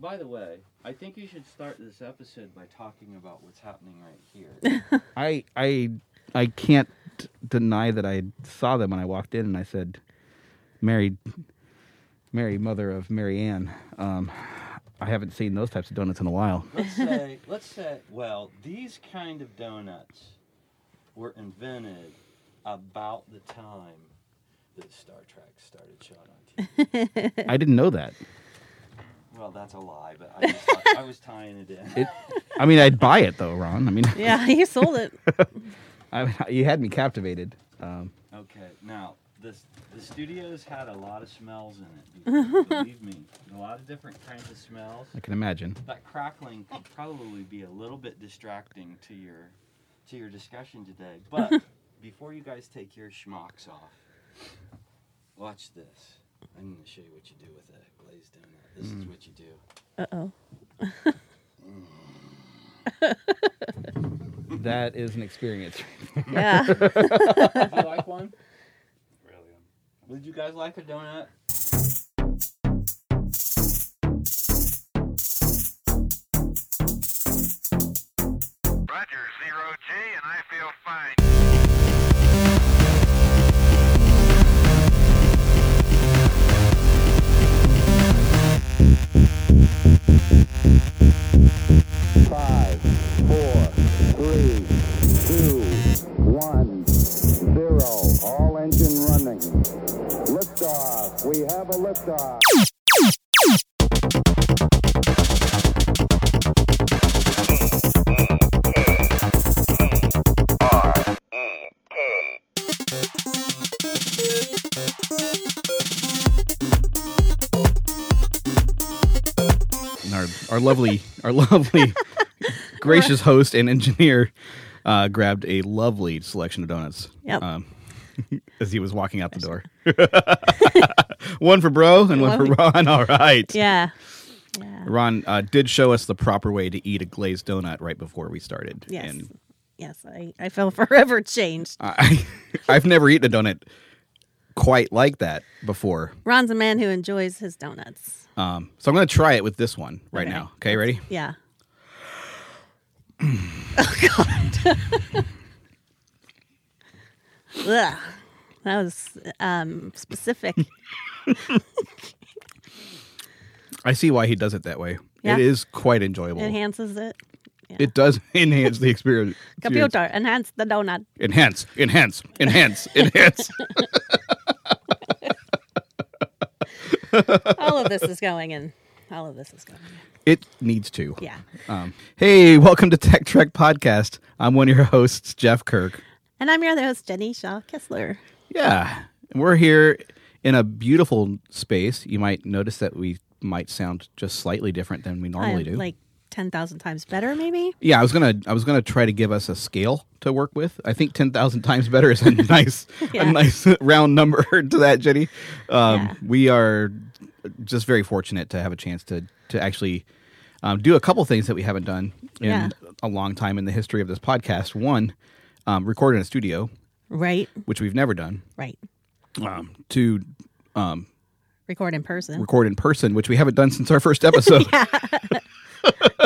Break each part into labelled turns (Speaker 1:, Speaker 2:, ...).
Speaker 1: By the way, I think you should start this episode by talking about what's happening right here.
Speaker 2: I I I can't deny that I saw them when I walked in and I said, "Mary, Mary, mother of Mary Ann." Um, I haven't seen those types of donuts in a while.
Speaker 1: let's say, let's say, well, these kind of donuts were invented about the time that Star Trek started shot on TV.
Speaker 2: I didn't know that.
Speaker 1: Well, that's a lie, but I, just, I, was tying it in.
Speaker 2: It, I mean, I'd buy it though, Ron. I mean,
Speaker 3: Yeah, he sold it.
Speaker 2: I, you had me captivated. Um,
Speaker 1: Okay, now this the studio's had a lot of smells in it. Believe me, a lot of different kinds of smells.
Speaker 2: I can imagine.
Speaker 1: That crackling could probably be a little bit distracting to your to your discussion today. But before you guys take your schmucks off, watch this. I'm gonna show you what you do with a glazed donut. This is what you do.
Speaker 3: Uh oh.
Speaker 2: That is an experience.
Speaker 3: Yeah.
Speaker 1: Did you like one?
Speaker 4: Brilliant.
Speaker 1: Would you guys like a donut?
Speaker 4: Roger, zero G, and I feel fine.
Speaker 5: Five, four, three, two, one, zero. All engine running. Liftoff. We have a liftoff.
Speaker 2: And our our lovely our lovely gracious host and engineer uh, grabbed a lovely selection of donuts.
Speaker 3: Yep.
Speaker 2: Um, as he was walking out the door. one for bro and one for Ron. All right.
Speaker 3: yeah. Yeah.
Speaker 2: Ron uh, did show us the proper way to eat a glazed donut right before we started.
Speaker 3: Yes.
Speaker 2: And
Speaker 3: Yes. I, I feel forever changed.
Speaker 2: I, I've never eaten a donut quite like that before.
Speaker 3: Ron's a man who enjoys his donuts.
Speaker 2: Um, so I'm going to try it with this one right
Speaker 3: Okay.
Speaker 2: now. Okay, ready?
Speaker 3: Yeah. oh God. Ugh. That was um, specific.
Speaker 2: I see why he does it that way.
Speaker 3: Yeah.
Speaker 2: It is quite enjoyable.
Speaker 3: Enhances it.
Speaker 2: It does enhance the experience.
Speaker 3: Computer, enhance the donut.
Speaker 2: Enhance, enhance, enhance, enhance.
Speaker 3: All of this is going in. All of this is going in.
Speaker 2: it needs to.
Speaker 3: Yeah.
Speaker 2: Um, hey, welcome to Tech Trek Podcast. I'm one of your hosts, Jeff Kirk.
Speaker 3: And I'm your other host, Jenny Shaw Kessler.
Speaker 2: Yeah. And we're here in a beautiful space. You might notice that we might sound just slightly different than we normally
Speaker 3: I'm
Speaker 2: do.
Speaker 3: Like 10,000 times better, maybe?
Speaker 2: yeah, I was gonna I was gonna try to give us a scale to work with. I think ten thousand times better is a nice
Speaker 3: Yeah.
Speaker 2: a nice round number to that, Jenny. Um,
Speaker 3: Yeah.
Speaker 2: We are just very fortunate to have a chance to to actually um, do a couple things that we haven't done in
Speaker 3: Yeah.
Speaker 2: a long time in the history of this podcast. One, um, record in a studio,
Speaker 3: Right.
Speaker 2: which we've never done.
Speaker 3: Right.
Speaker 2: Um, two,
Speaker 3: Record in person.
Speaker 2: record in person, which we haven't done since our first episode.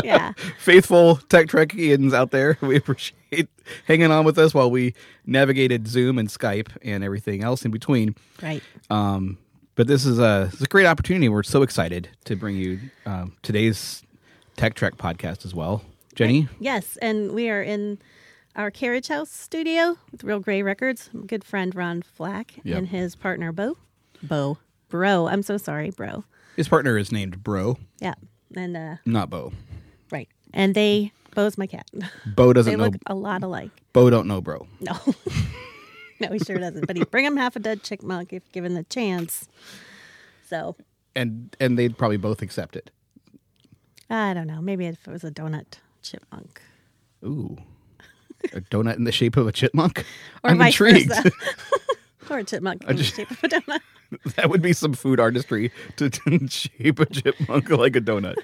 Speaker 3: yeah.
Speaker 2: faithful tech trekkians out there we appreciate hanging on with us while we navigated zoom and skype and everything else in between
Speaker 3: Right.
Speaker 2: um, but this is a, it's a great opportunity we're so excited to bring you um, today's tech trek podcast as well jenny
Speaker 3: Yes, and we are in our Carriage House studio with Real Gray Records. Good friend Ron Flack
Speaker 2: Yep.
Speaker 3: and his partner Bo. Bo. Bro. I'm so sorry, bro.
Speaker 2: his partner is named bro
Speaker 3: Yeah. And uh
Speaker 2: not bo
Speaker 3: right. And they Bo's my cat.
Speaker 2: bo doesn't
Speaker 3: They
Speaker 2: know
Speaker 3: look a lot alike.
Speaker 2: bo don't know bro
Speaker 3: No. no, he sure doesn't. But he'd bring him half a dead chickmunk if given the chance. So
Speaker 2: and and they'd probably both accept it
Speaker 3: I don't know. Maybe if it was a donut chipmunk.
Speaker 2: ooh a donut in the shape of a chipmunk
Speaker 3: Or
Speaker 2: i'm
Speaker 3: vice
Speaker 2: intrigued
Speaker 3: versa. Or a chipmunk in
Speaker 2: just-
Speaker 3: the shape of a donut.
Speaker 2: That would be some food artistry to, to shape a chipmunk like a donut.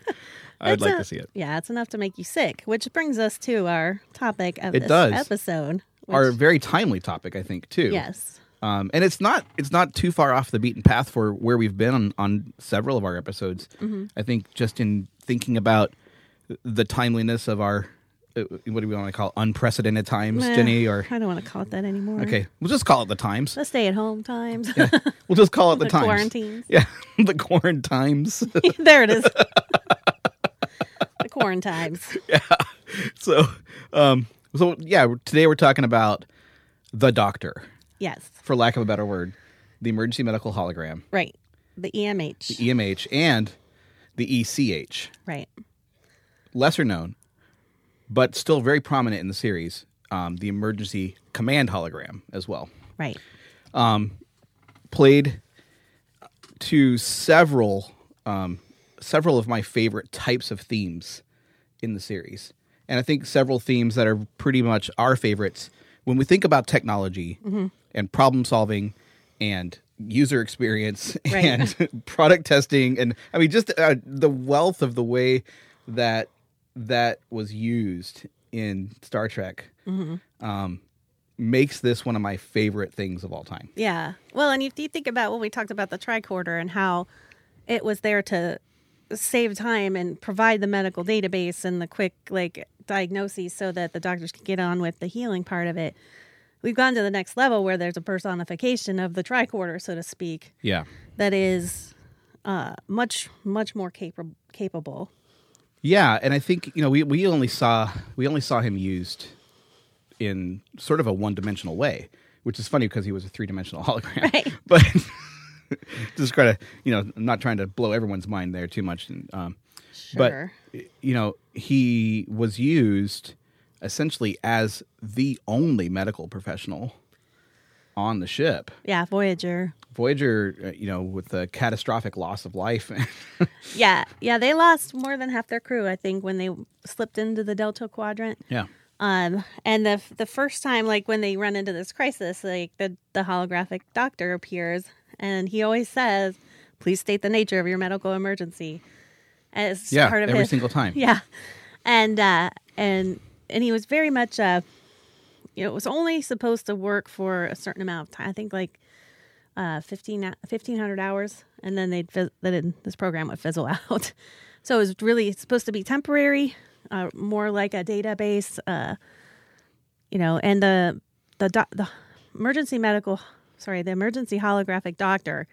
Speaker 2: I'd
Speaker 3: That's
Speaker 2: like
Speaker 3: a-
Speaker 2: to see it.
Speaker 3: Yeah, it's enough to make you sick, which brings us to our topic of
Speaker 2: It
Speaker 3: this
Speaker 2: does.
Speaker 3: episode. Which,
Speaker 2: Our very timely topic, I think, too.
Speaker 3: yes,
Speaker 2: Um, and it's not it's not
Speaker 3: Mm-hmm.
Speaker 2: too far off the beaten path for where we've been on, on several of our episodes. I think just in thinking about the timeliness of our uh, what do we want to call it? unprecedented times,
Speaker 3: Meh,
Speaker 2: Jenny? Or
Speaker 3: I don't want to call it that anymore.
Speaker 2: okay, we'll just call it the times.
Speaker 3: The stay at home times.
Speaker 2: We'll just call it the,
Speaker 3: The
Speaker 2: times.
Speaker 3: quarantines.
Speaker 2: Yeah, the quarantines.
Speaker 3: there it is. the quarantines.
Speaker 2: so, um, so yeah, today we're talking about the doctor,
Speaker 3: Yes.
Speaker 2: for lack of a better word, the emergency medical hologram,
Speaker 3: Right. The E EMH.
Speaker 2: EMH, and the ECH,
Speaker 3: right.
Speaker 2: lesser known, but still very prominent in the series, um, the emergency command hologram as well.
Speaker 3: Right.
Speaker 2: played to several um, several of my favorite types of themes in the series, and I think several themes that are pretty much our favorites when we think about technology and problem solving and user experience
Speaker 3: Right.
Speaker 2: and product testing and I mean just uh, the wealth of the way that that was used in Star Trek um, makes this one of my favorite things of all time.
Speaker 3: Yeah. Well, and if you think about when we talked about the tricorder and how it was there to save time and provide the medical database and the quick like diagnoses so that the doctors could get on with the healing part of it. We've gone to the next level where there's a personification of the tricorder, so to speak,
Speaker 2: Yeah.
Speaker 3: that is uh, much, much more capable. capable.
Speaker 2: Yeah, and I think you know we, we only saw we only saw him used in sort of a one dimensional way, which is funny because he was a three dimensional hologram.
Speaker 3: Right.
Speaker 2: But just try to you know I'm not trying to blow everyone's mind there too much, and, um,
Speaker 3: Sure.
Speaker 2: but you know he was used essentially as the only medical professional on the ship.
Speaker 3: yeah, Voyager.
Speaker 2: Voyager, uh, you know, with the catastrophic loss of life.
Speaker 3: Yeah, yeah, they lost more than half their crew, I think, when they slipped into the Delta Quadrant.
Speaker 2: yeah.
Speaker 3: Um, and the the first time, like when they run into this crisis, like the the holographic doctor appears, and he always says, "Please state the nature of your medical emergency." As
Speaker 2: Yeah.
Speaker 3: part of
Speaker 2: Every
Speaker 3: his,
Speaker 2: single time.
Speaker 3: yeah, and uh, and and he was very much uh, you know, it was only supposed to work for a certain amount of time. I think like uh, 15, hou- 1,500 hours, and then they'd fiz- then this program would fizzle out. so it was really supposed to be temporary, uh, more like a database, uh, you know. And the the doc- the emergency medical, sorry, the emergency holographic doctor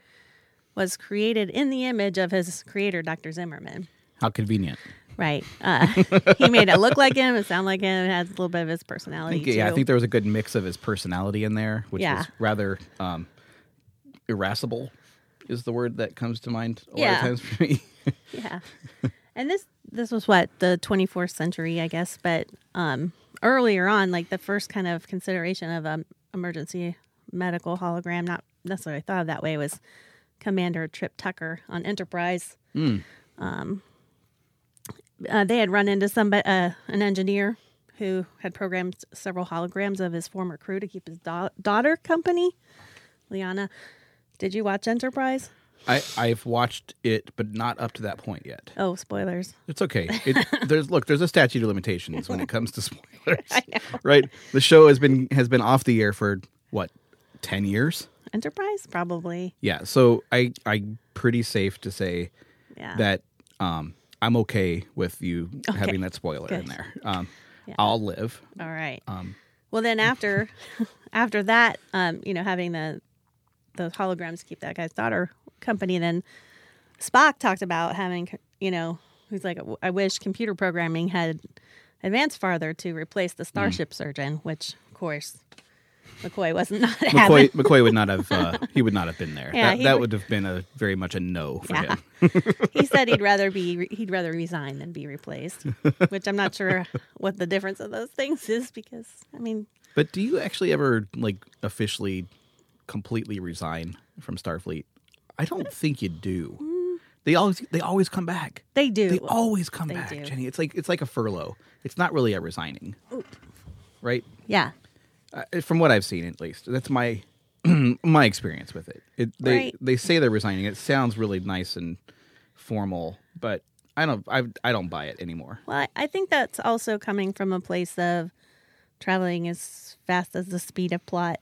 Speaker 3: was created in the image of his creator, Dr. Zimmerman.
Speaker 2: How convenient.
Speaker 3: Right. Uh, he made it look like him, it sound like him, it had a little bit of his personality.
Speaker 2: think- yeah, I
Speaker 3: too.
Speaker 2: think there was a good mix of his personality in there, which
Speaker 3: Yeah.
Speaker 2: was rather um, irascible, is the word that comes to mind a lot of
Speaker 3: Yeah.
Speaker 2: times for me.
Speaker 3: yeah. And this this was what the 24th century, I guess, but um, earlier on, like the first kind of consideration of um, emergency medical hologram, not necessarily thought of that way, was Commander Trip Tucker on Enterprise. Um, uh, they had run into some uh, an engineer who had programmed several holograms of his former crew to keep his da- daughter company. Liana, did you watch Enterprise?
Speaker 2: I, I've watched it, but not up to that point yet.
Speaker 3: Oh, spoilers.
Speaker 2: It's okay. It, there's look, there's a statute of limitations when it comes to spoilers. Right? The show has been has been off the air for what ten years.
Speaker 3: Enterprise, probably.
Speaker 2: Yeah, so I I pretty safe to say
Speaker 3: Yeah.
Speaker 2: that um, I'm okay with you having that spoiler in
Speaker 3: good.
Speaker 2: there. Um, I'll live. Um,
Speaker 3: All right. well, then after after that, um, you know, having the those holograms keep that guy's daughter company, then Spock talked about having, you know, he's like, I wish computer programming had advanced farther to replace the starship surgeon, which of course McCoy wasn't not having.
Speaker 2: McCoy, McCoy would not have. Uh, he would not have been there.
Speaker 3: Yeah,
Speaker 2: that
Speaker 3: he
Speaker 2: that would
Speaker 3: would-
Speaker 2: have been a very much a no for
Speaker 3: Yeah.
Speaker 2: him.
Speaker 3: he said he'd rather be he'd rather resign than be replaced, which I'm not sure what the difference of those things is because I mean
Speaker 2: But do you actually ever like officially, completely resign from Starfleet? I don't think you do. They always they always come back.
Speaker 3: Mm. they do.
Speaker 2: They always come
Speaker 3: they
Speaker 2: back,
Speaker 3: do.
Speaker 2: Jenny. It's like it's like a furlough. It's not really a resigning, right?
Speaker 3: yeah.
Speaker 2: Uh, from what I've seen, at least that's my my experience with it. it they
Speaker 3: Right.
Speaker 2: they say they're resigning. It sounds really nice and formal, but I don't I I don't buy it anymore.
Speaker 3: Well, I, I think that's also coming from a place of traveling as fast as the speed of plot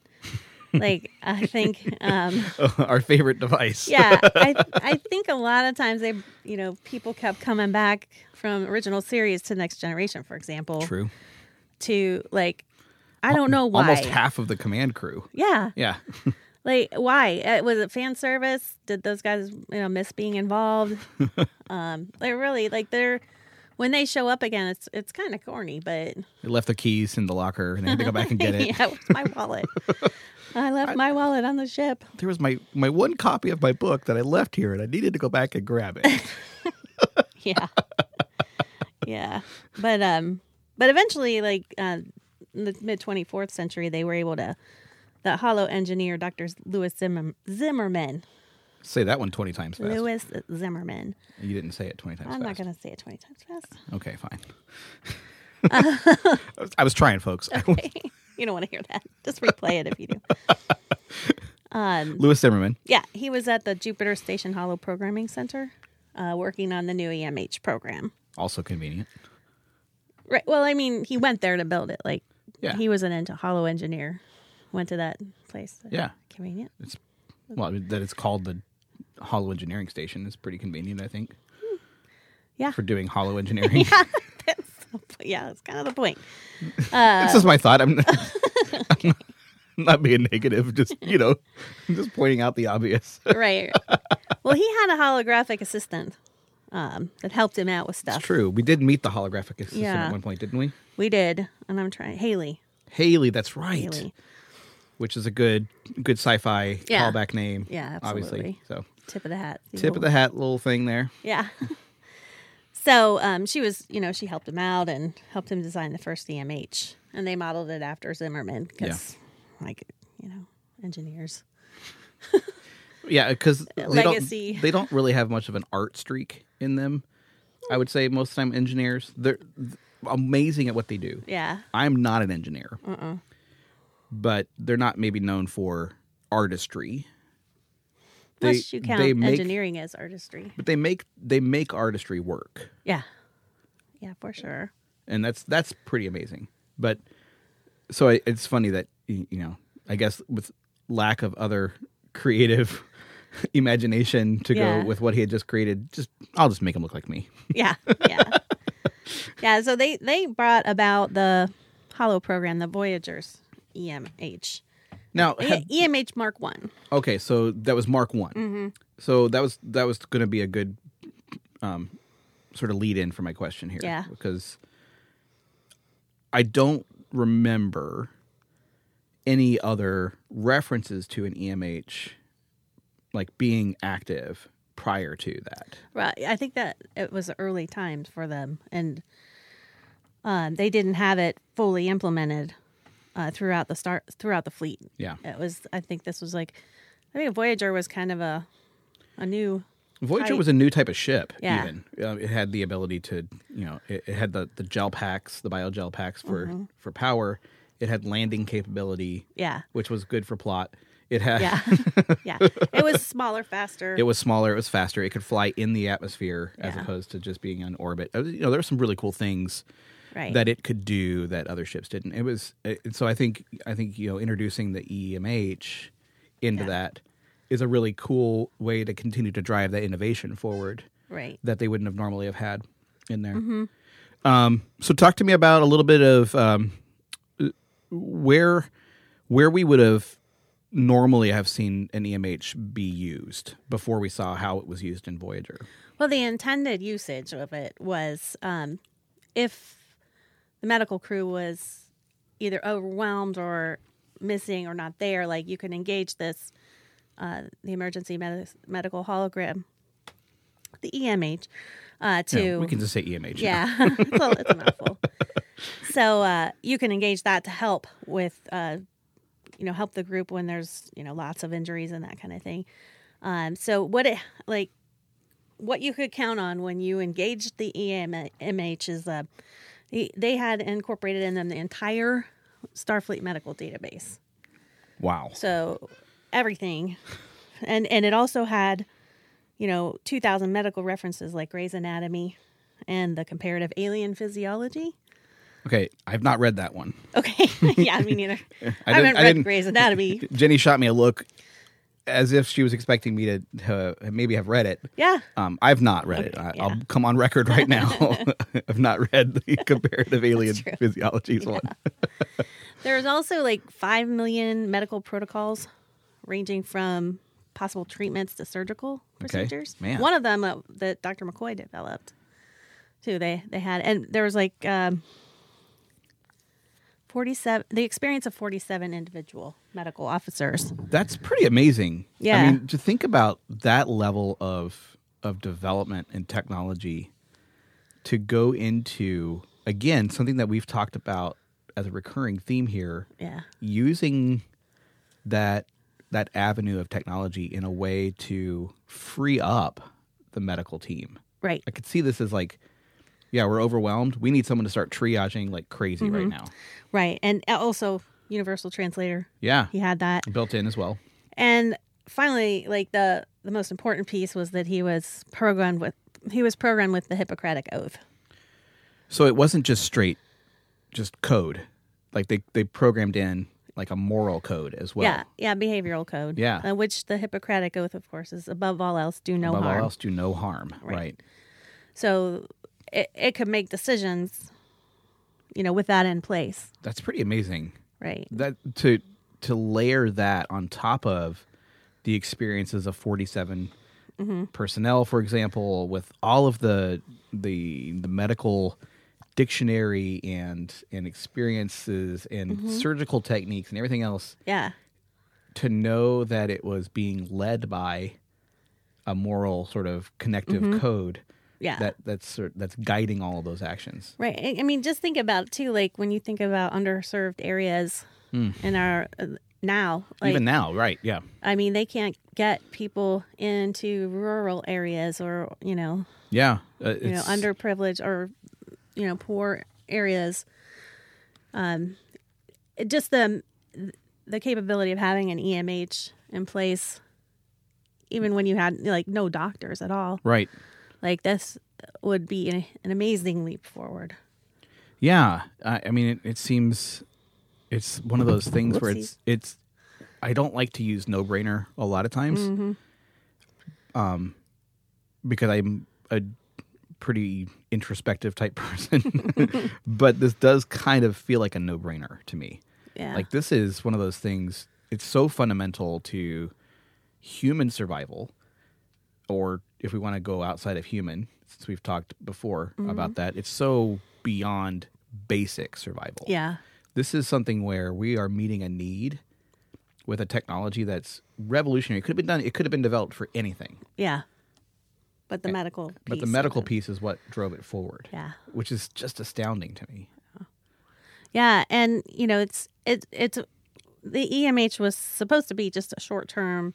Speaker 3: like I think um
Speaker 2: Our favorite device.
Speaker 3: yeah, I I think a lot of times they you know people kept coming back from original series to next generation, for example,
Speaker 2: True.
Speaker 3: to like I don't know why.
Speaker 2: Almost half of the command crew.
Speaker 3: Yeah,
Speaker 2: Yeah.
Speaker 3: like why Uh, was it fan service? Did those guys you know miss being involved? um, they really like they're when they show up again, it's it's kind of corny, but
Speaker 2: They left their keys in the locker and they had to go back and get it.
Speaker 3: yeah, where's my wallet? I left my wallet on the ship.
Speaker 2: There was my my one copy of my book that I left here and I needed to go back and grab it.
Speaker 3: yeah yeah but um but eventually like uh in the mid 24th century they were able to the hollow engineer dr louis Zimmer, zimmerman
Speaker 2: say that one 20 times fast.
Speaker 3: louis zimmerman
Speaker 2: You didn't say it 20 times
Speaker 3: i'm
Speaker 2: fast.
Speaker 3: not gonna say it 20 times fast
Speaker 2: Okay, fine. I was- I was trying, folks.
Speaker 3: you don't want to hear that just replay it if you do um
Speaker 2: Louis Zimmerman.
Speaker 3: yeah he was at the jupiter station hollow programming center uh, working on the new emh program
Speaker 2: Also convenient.
Speaker 3: Right. Well, I mean, he went there to build it. Like,
Speaker 2: Yeah.
Speaker 3: he was an into hollow engineer. Went to that place.
Speaker 2: Yeah.
Speaker 3: Convenient.
Speaker 2: Well, I mean, that it's called the Hollow Engineering Station is pretty convenient, I think.
Speaker 3: Yeah.
Speaker 2: For doing hollow engineering.
Speaker 3: That's the po- yeah, that's kind of the point.
Speaker 2: That's just my thought. I'm, I'm not being negative. Just, you know, I'm just pointing out the obvious.
Speaker 3: Right. well, he had a holographic assistant um, that helped him out with stuff.
Speaker 2: It's true. We did meet the holographic assistant
Speaker 3: Yeah.
Speaker 2: at one point, didn't we?
Speaker 3: We did. And I'm trying Haley.
Speaker 2: Haley, that's right.
Speaker 3: Haley.
Speaker 2: Which is a good good sci-fi
Speaker 3: Yeah.
Speaker 2: callback name.
Speaker 3: Yeah,
Speaker 2: Obviously.
Speaker 3: absolutely.
Speaker 2: So
Speaker 3: Tip of the hat.
Speaker 2: tip of the hat little thing there.
Speaker 3: Yeah. so um, she was, you know, she helped him out and helped him design the first EMH, and they modeled it after Zimmerman because, like, you know, engineers.
Speaker 2: Yeah, because they
Speaker 3: Legacy.
Speaker 2: don't they don't really have much of an art streak in them. I would say most of the time engineers they're th- amazing at what they do.
Speaker 3: Yeah.
Speaker 2: I'm not an engineer,
Speaker 3: Uh-uh.
Speaker 2: but they're not maybe known for artistry. They-
Speaker 3: Unless you count
Speaker 2: they make-
Speaker 3: engineering as artistry.
Speaker 2: But they make they make artistry work,
Speaker 3: Yeah. Yeah, for sure.
Speaker 2: and that's that's pretty amazing. But so I, it's funny that y- you know I guess with lack of other creative imagination to
Speaker 3: Yeah.
Speaker 2: go with what he had just created, just I'll just make him look like me.
Speaker 3: Yeah. Yeah. yeah. So they, they brought about the Hollow program, the Voyagers EMH.
Speaker 2: Now,
Speaker 3: E-
Speaker 2: had-
Speaker 3: EMH Mark One.
Speaker 2: okay, so that was Mark One.
Speaker 3: Mm-hmm.
Speaker 2: So that was that was going to be a good um, sort of lead in for my question here,
Speaker 3: Yeah.
Speaker 2: Because I don't remember any other references to an EMH like being active prior to that.
Speaker 3: Right. I think that it was early times for them, and um, they didn't have it fully implemented uh, throughout the start throughout the fleet.
Speaker 2: Yeah,
Speaker 3: It was. I think this was like. I think Voyager was kind of a a new.
Speaker 2: Voyager
Speaker 3: I-
Speaker 2: was a new type of ship.
Speaker 3: Yeah.
Speaker 2: Even uh, it had the ability to, you know, it, it had the, the gel packs, the bio gel packs for
Speaker 3: Mm-hmm.
Speaker 2: for power. It had landing capability,
Speaker 3: Yeah.
Speaker 2: which was good for plot. It had
Speaker 3: Yeah. yeah. It was smaller, faster.
Speaker 2: it was smaller, it was faster. It could fly in the atmosphere as
Speaker 3: Yeah.
Speaker 2: opposed to just being on orbit. Uh, You know, there were some really cool things
Speaker 3: right.
Speaker 2: that it could do that other ships didn't. It was uh, and so I think I think you know introducing the EMH into
Speaker 3: Yeah.
Speaker 2: that is a really cool way to continue to drive that innovation forward
Speaker 3: right.
Speaker 2: that they wouldn't have normally have had in there.
Speaker 3: Mm-hmm.
Speaker 2: Um, so talk to me about a little bit of um, where where we would have normally have seen an EMH be used before we saw how it was used in Voyager.
Speaker 3: Well, the intended usage of it was um, if the medical crew was either overwhelmed or missing or not there, like you can engage this, uh, the emergency med- medical hologram, the EMH, uh, to.
Speaker 2: Yeah, we can just say EMH. now.
Speaker 3: yeah, it's, a, it's a mouthful. So uh, you can engage that to help with, uh, you know, help the group when there's you know lots of injuries and that kind of thing. Um, so what it like what you could count on when you engaged the EMH is uh, the- they had incorporated in them the entire Starfleet medical database.
Speaker 2: Wow.
Speaker 3: So everything, and and it also had, you know, two thousand medical references like Gray's Anatomy, and the comparative alien physiology.
Speaker 2: Okay, I've not read that one.
Speaker 3: Okay. yeah, me neither.
Speaker 2: I
Speaker 3: I, haven't
Speaker 2: didn't- I
Speaker 3: read
Speaker 2: didn't-
Speaker 3: Grey's Anatomy.
Speaker 2: Jenny shot me a look as if she was expecting me to, to maybe have read it.
Speaker 3: Yeah.
Speaker 2: Um, I've not read it. I,
Speaker 3: Okay, yeah.
Speaker 2: I'll come on record right now. I've not read the comparative alien
Speaker 3: true.
Speaker 2: physiologies one.
Speaker 3: There's also like 5 million medical protocols ranging from possible treatments to surgical procedures.
Speaker 2: Man.
Speaker 3: One of them uh, that Dr. McCoy developed too. They they had and there was like um 47 the experience of 47 individual medical officers.
Speaker 2: That's pretty amazing. I
Speaker 3: Yeah.
Speaker 2: mean, to think about that level of of development and technology to go into again something that we've talked about as a recurring theme here
Speaker 3: Yeah.
Speaker 2: using that that avenue of technology in a way to free up the medical team.
Speaker 3: Right.
Speaker 2: I could see this as like, yeah, we're overwhelmed. We need someone to start triaging like crazy
Speaker 3: Mm-hmm.
Speaker 2: right now.
Speaker 3: Right. And uh, also universal translator.
Speaker 2: Yeah.
Speaker 3: He had that.
Speaker 2: Built in as well.
Speaker 3: And finally, like the the most important piece was that he was programmed with he was programmed with the Hippocratic oath.
Speaker 2: So it wasn't just straight, just code. Like they, they programmed in like a moral code as well.
Speaker 3: yeah, yeah, behavioral code.
Speaker 2: Yeah.
Speaker 3: uh, which the Hippocratic oath, of course, is above all else, do no
Speaker 2: Above
Speaker 3: harm.
Speaker 2: all else, do no harm. Right.
Speaker 3: Right. So it it could make decisions, you know, with that in place,
Speaker 2: That's pretty amazing.
Speaker 3: right?
Speaker 2: That to to layer that on top of the experiences of 47
Speaker 3: Mm-hmm.
Speaker 2: personnel, for example, with all of the the the medical dictionary and and experiences and
Speaker 3: Mm-hmm.
Speaker 2: surgical techniques and everything else
Speaker 3: Yeah,
Speaker 2: to know that it was being led by a moral sort of connective code
Speaker 3: Mm-hmm. yeah.
Speaker 2: that that's sort- that's guiding all of those actions.
Speaker 3: Right. I- I mean, just think about it, too, like when you think about underserved areas in our uh, now,
Speaker 2: Hmm.
Speaker 3: like,
Speaker 2: Even now, right? Yeah.
Speaker 3: I mean, they can't get people into rural areas or you know,
Speaker 2: Yeah. Uh,
Speaker 3: you know,
Speaker 2: it's-
Speaker 3: underprivileged or you know, poor areas. Um, it- just the the capability of having an EMH in place, even when you had like no doctors at all,
Speaker 2: right.
Speaker 3: like this would be an, an amazing leap forward.
Speaker 2: Yeah, I, I mean, it, it seems it's one of those things where it's it's. I don't like to use no brainer a lot of times,
Speaker 3: Mm. Mm-hmm.
Speaker 2: um, because I'm a pretty introspective type person. but this does kind of feel like a no brainer to me.
Speaker 3: Yeah.
Speaker 2: Like this is one of those things. It's so fundamental to human survival, or if we want to go outside of human, since we've talked before about that, it's so beyond basic survival.
Speaker 3: yeah.
Speaker 2: This is something where we are meeting a need with a technology that's revolutionary. It could have been done. It could have been developed for anything,
Speaker 3: Yeah. But the medical piece.
Speaker 2: eh, but the
Speaker 3: of
Speaker 2: medical
Speaker 3: it.
Speaker 2: piece is what drove it forward.
Speaker 3: Yeah.
Speaker 2: which is just astounding to me.
Speaker 3: Yeah, and you know, it's it it's the EMH was supposed to be just a short term,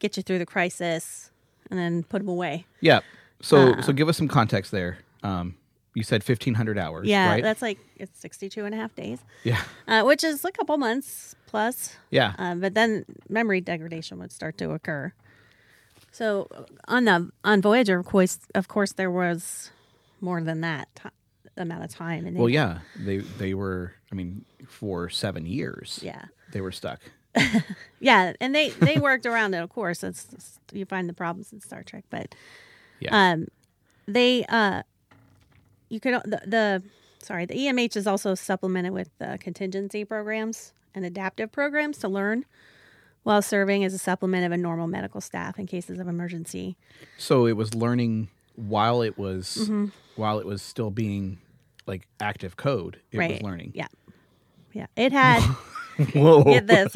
Speaker 3: get you through the crisis, and then put them away.
Speaker 2: Yeah. So so give us some context there. Um, you said fifteen hundred hours.
Speaker 3: Yeah,
Speaker 2: right?
Speaker 3: that's like it's 62 and a half days,
Speaker 2: yeah,
Speaker 3: uh, which is a couple months plus.
Speaker 2: yeah.
Speaker 3: Uh, but then memory degradation would start to occur. So on the on Voyager, of course, of course, there was more than that ti amount of time. And they-
Speaker 2: well, yeah. They they were. I mean, for seven years.
Speaker 3: yeah.
Speaker 2: They were stuck.
Speaker 3: Yeah, and they they worked around it. Of course, that's that's- you find the problems in Star Trek, but
Speaker 2: Yeah.
Speaker 3: um, they uh, you could the, the sorry the EMH is also supplemented with uh, contingency programs and adaptive programs to learn while serving as a supplement of a normal medical staff in cases of emergency.
Speaker 2: so it was learning while it was
Speaker 3: Mm-hmm.
Speaker 2: while it was still being like active code. It was learning.
Speaker 3: Yeah, yeah. It had
Speaker 2: Whoa.
Speaker 3: get this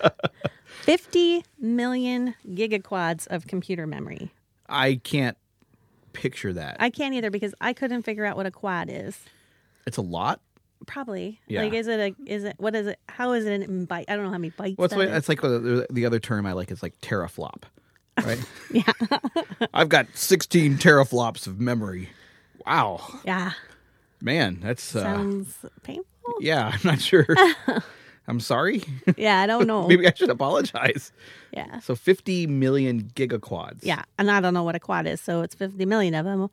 Speaker 3: fifty million gigaquads of computer memory.
Speaker 2: I can't picture that.
Speaker 3: I can't either because I couldn't figure out what a quad is.
Speaker 2: it's a lot.
Speaker 3: Probably.
Speaker 2: Yeah.
Speaker 3: Like, is it a? Is it what is it? How is it an byte? I don't know how many bytes.
Speaker 2: Well, that's,
Speaker 3: that
Speaker 2: why,
Speaker 3: is.
Speaker 2: that's like the, the other term I like is like teraflop, right?
Speaker 3: Yeah.
Speaker 2: I've got 16 teraflops of memory. Wow,
Speaker 3: yeah.
Speaker 2: man, that's uh,
Speaker 3: Sounds painful.
Speaker 2: yeah. I'm not sure. I'm sorry.
Speaker 3: Yeah, I don't know.
Speaker 2: Maybe I should apologize.
Speaker 3: yeah.
Speaker 2: So 50 million gigaquads.
Speaker 3: Yeah, and I don't know what a quad is, so it's fifty million of them.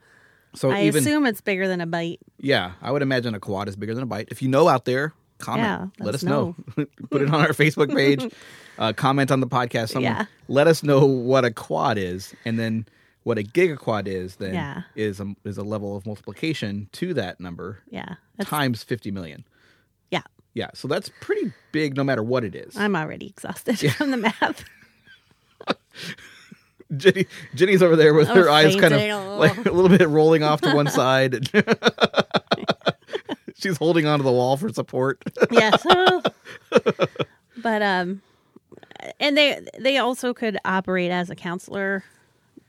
Speaker 2: So
Speaker 3: I
Speaker 2: even
Speaker 3: assume it's bigger than a bite.
Speaker 2: yeah, I would imagine a quad is bigger than a bite. If you know out there, comment.
Speaker 3: Yeah, let
Speaker 2: let us
Speaker 3: us
Speaker 2: know. Put it on our Facebook page. uh, comment on the podcast. Somewhere.
Speaker 3: Yeah.
Speaker 2: Let us know what a quad is, and then what a gigaquad is. Then
Speaker 3: Yeah.
Speaker 2: is a, is a level of multiplication to that number
Speaker 3: Yeah. That's,
Speaker 2: times fifty million.
Speaker 3: yeah.
Speaker 2: Yeah, so that's pretty big, no matter what it is.
Speaker 3: I'm already exhausted from the math.
Speaker 2: Jenny, Jenny's over there with
Speaker 3: I
Speaker 2: her
Speaker 3: was
Speaker 2: eyes kind
Speaker 3: fainting a
Speaker 2: of like a little bit rolling off to one side. She's holding onto the wall for support.
Speaker 3: yes. but um and they they also could operate as a counselor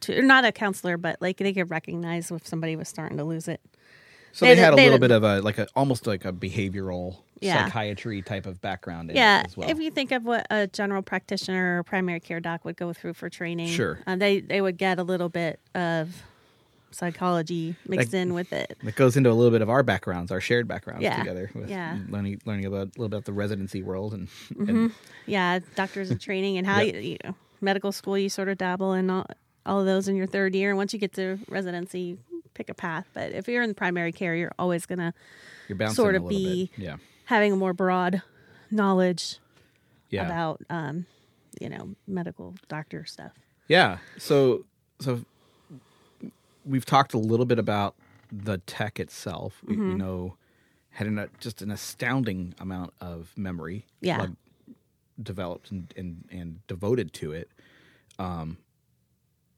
Speaker 3: to or not a counselor, but like they could recognize if somebody was starting to lose it.
Speaker 2: So they,
Speaker 3: They
Speaker 2: had a
Speaker 3: did- they
Speaker 2: little
Speaker 3: did-
Speaker 2: bit of a like a almost like a behavioral
Speaker 3: Yeah.
Speaker 2: psychiatry type of background in
Speaker 3: Yeah,
Speaker 2: it as well.
Speaker 3: if you think of what a general practitioner or primary care doc would go through for training,
Speaker 2: Sure.
Speaker 3: uh, they they would get a little bit of psychology mixed
Speaker 2: Like-
Speaker 3: in with it.
Speaker 2: it goes into a little bit of our backgrounds, our shared backgrounds
Speaker 3: Yeah.
Speaker 2: together with mm,
Speaker 3: Yeah. Mm-hmm.
Speaker 2: learning learning about a little bit about the residency world and, and
Speaker 3: Yeah, doctors in training and how
Speaker 2: Yeah.
Speaker 3: you, you know, medical school you sort of dabble in all, all of those in your third year. And once you get to residency, you pick a path. But if you're in primary care, you're always gonna
Speaker 2: you're bouncing
Speaker 3: Sort
Speaker 2: a
Speaker 3: of
Speaker 2: little
Speaker 3: be-
Speaker 2: bit. Yeah.
Speaker 3: having a more broad knowledge
Speaker 2: Yeah.
Speaker 3: about um, you know medical doctor stuff.
Speaker 2: Yeah. So so we've talked a little bit about the tech itself. We, we know had an, just an astounding amount of memory.
Speaker 3: Yeah.
Speaker 2: plugged- developed and, and and devoted to it. Um,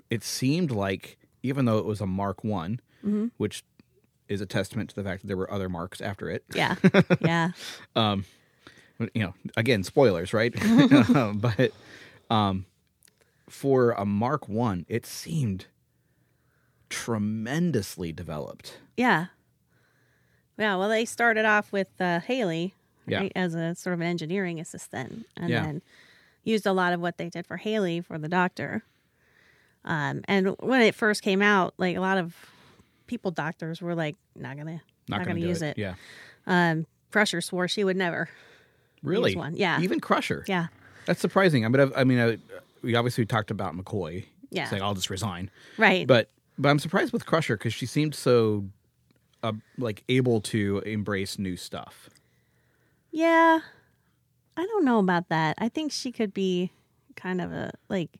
Speaker 2: it seemed like even though it was a Mark One,
Speaker 3: Mm-hmm.
Speaker 2: which is a testament to the fact that there were other marks after it.
Speaker 3: Yeah, yeah,
Speaker 2: Um, you know, again, spoilers, right? Uh, but um, for a Mark One, it seemed tremendously developed.
Speaker 3: yeah, yeah. Well, they started off with uh, Haley
Speaker 2: Yeah.
Speaker 3: right, as a sort of an engineering assistant, and
Speaker 2: Yeah.
Speaker 3: then used a lot of what they did for Haley for the doctor. Um, and when it first came out, like a lot of people, doctors were like, "Not gonna, not, gonna,
Speaker 2: do
Speaker 3: use it."
Speaker 2: Yeah,
Speaker 3: Um, Crusher swore she would never.
Speaker 2: really.
Speaker 3: one, yeah.
Speaker 2: even Crusher.
Speaker 3: Yeah,
Speaker 2: that's surprising. I mean, I've, I mean, I, we obviously talked about McCoy.
Speaker 3: Yeah.
Speaker 2: saying I'll just resign.
Speaker 3: right.
Speaker 2: But but I'm surprised with Crusher because she seemed so uh, like able to embrace new stuff.
Speaker 3: Yeah. I don't know about that. I think she could be kind of a like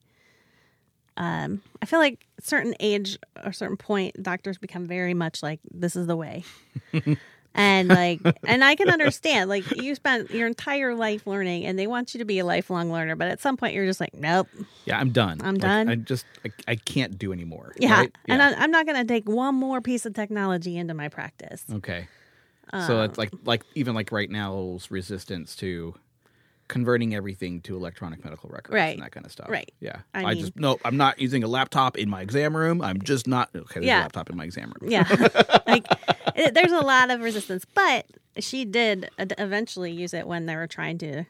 Speaker 3: um I feel like certain age or certain point doctors become very much like this is the way. and like and I can understand like you spent your entire life learning and they want you to be a lifelong learner, but at some point you're just like nope.
Speaker 2: Yeah, I'm done.
Speaker 3: I'm
Speaker 2: Like,
Speaker 3: done.
Speaker 2: I just I, I can't do anymore.
Speaker 3: Yeah.
Speaker 2: right?
Speaker 3: And I, I'm not going to take one more piece of technology into my practice.
Speaker 2: Okay. so it's
Speaker 3: Um.
Speaker 2: like like even like right now's resistance to converting everything to electronic medical records
Speaker 3: Right.
Speaker 2: and that kind of stuff.
Speaker 3: Right.
Speaker 2: Yeah. I,
Speaker 3: I
Speaker 2: just
Speaker 3: mean-
Speaker 2: no, I'm not using a laptop in my exam room. I'm just not okay, there's a
Speaker 3: Yeah.
Speaker 2: laptop in my exam room.
Speaker 3: Yeah. like it, there's a lot of resistance, but she did ad- eventually use it when they were trying to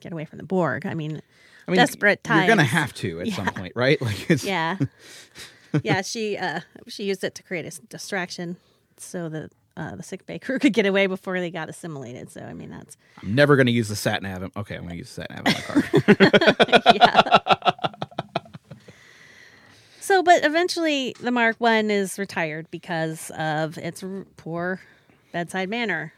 Speaker 3: get away from the Borg. I mean,
Speaker 2: I mean,
Speaker 3: desperate times.
Speaker 2: You're gonna have to at some point, right? Like it's
Speaker 3: Yeah. yeah, she uh she used it to create a s- distraction so that uh, the sick bay crew could get away before they got assimilated. So I mean, that's
Speaker 2: I'm never gonna use the sat nav. in- Okay, I'm gonna use the sat nav in my car.
Speaker 3: So, but eventually, the Mark One is retired because of its r- poor bedside manner,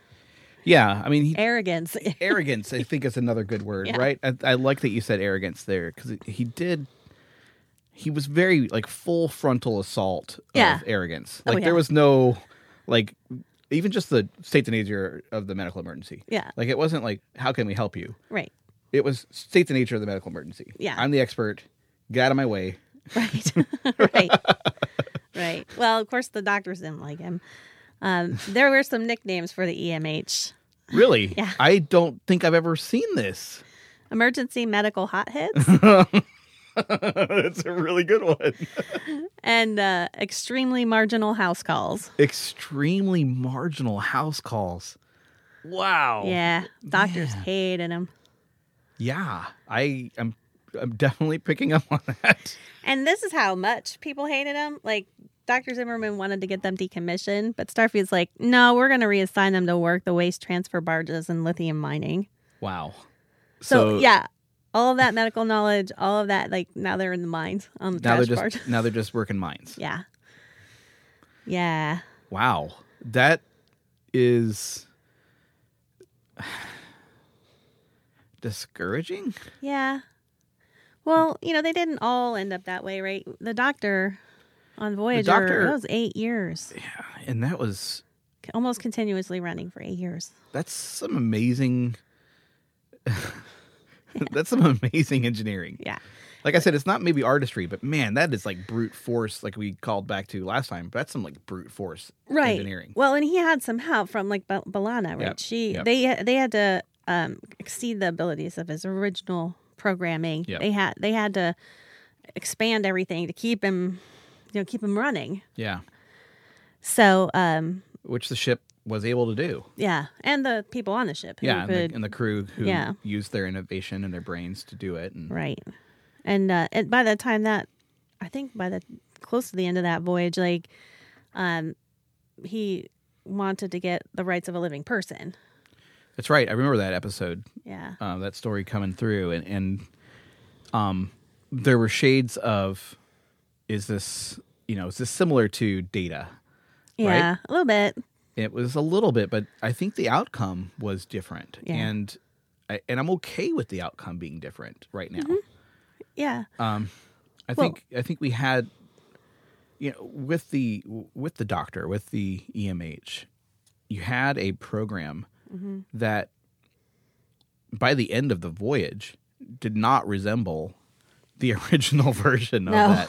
Speaker 2: yeah. I mean he,
Speaker 3: arrogance.
Speaker 2: arrogance i think is another good word
Speaker 3: Yeah.
Speaker 2: right I, I like that you said arrogance there because he did he was very like full frontal assault
Speaker 3: Yeah.
Speaker 2: of arrogance
Speaker 3: Oh,
Speaker 2: like there
Speaker 3: yeah.
Speaker 2: was no like even just the state the nature of the medical emergency
Speaker 3: Yeah.
Speaker 2: like it wasn't like how can we help you
Speaker 3: right.
Speaker 2: it was state the nature of the medical emergency
Speaker 3: Yeah.
Speaker 2: i'm the expert get out of my way
Speaker 3: Right. right. Right. Well, of course, the doctors didn't like him. Um, there were some nicknames for the E EMH
Speaker 2: really
Speaker 3: Yeah.
Speaker 2: i don't think i've ever seen this
Speaker 3: emergency medical hotheads
Speaker 2: it's a really good one
Speaker 3: and uh, extremely marginal house calls.
Speaker 2: extremely marginal house calls wow
Speaker 3: Oh. yeah. Doctors hated him.
Speaker 2: Yeah, I am. I'm definitely picking up on that.
Speaker 3: And this is how much people hated him. Like, Dr. Zimmerman wanted to get them decommissioned, but Starfield's like, no, we're going to reassign them to work the waste transfer barges and lithium mining.
Speaker 2: Wow.
Speaker 3: So, yeah, all of that medical knowledge, all of that, like, now they're in the mines on the
Speaker 2: Now they're
Speaker 3: trash
Speaker 2: just
Speaker 3: barge.
Speaker 2: now they're just working mines.
Speaker 3: Yeah. Yeah.
Speaker 2: Wow. That is discouraging.
Speaker 3: Yeah. Well, you know, they didn't all end up that way, right? The doctor on Voyager,
Speaker 2: doctor-
Speaker 3: that was eight years,
Speaker 2: And that was
Speaker 3: almost continuously running for eight years.
Speaker 2: that's some amazing that's some amazing engineering.
Speaker 3: Yeah.
Speaker 2: Like I said, it's not maybe artistry, but man, that is like brute force, like we called back to last time. That's some like brute force
Speaker 3: Right.
Speaker 2: engineering.
Speaker 3: Well, and he had some help from like Bal- Balana, right?
Speaker 2: Yep,
Speaker 3: She,
Speaker 2: yep.
Speaker 3: they, they had to um, exceed the abilities of his original programming.
Speaker 2: Yep.
Speaker 3: They had, they had to expand everything to keep him, you know, keep him running.
Speaker 2: Yeah,
Speaker 3: So, um,
Speaker 2: which the ship was able to do.
Speaker 3: yeah, and the people on the ship, who
Speaker 2: yeah, and
Speaker 3: could-
Speaker 2: the, and the crew who
Speaker 3: Yeah.
Speaker 2: used their innovation and their brains to do it. And
Speaker 3: Right. And uh and by the time that I think by the close to the end of that voyage, like um he wanted to get the rights of a living person.
Speaker 2: that's right. I remember that episode,
Speaker 3: Yeah.
Speaker 2: uh, that story coming through, and and um, there were shades of, is this you know is this similar to Data?
Speaker 3: Yeah. A little bit.
Speaker 2: It was a little bit, but I think the outcome was different,
Speaker 3: Yeah.
Speaker 2: and I, and I'm okay with the outcome being different right now.
Speaker 3: Mm-hmm. Yeah.
Speaker 2: Um, I
Speaker 3: Well-
Speaker 2: think I think we had, you know, with the with the doctor with the EMH, you had a program that by the end of the voyage did not resemble the original version of
Speaker 3: No.
Speaker 2: that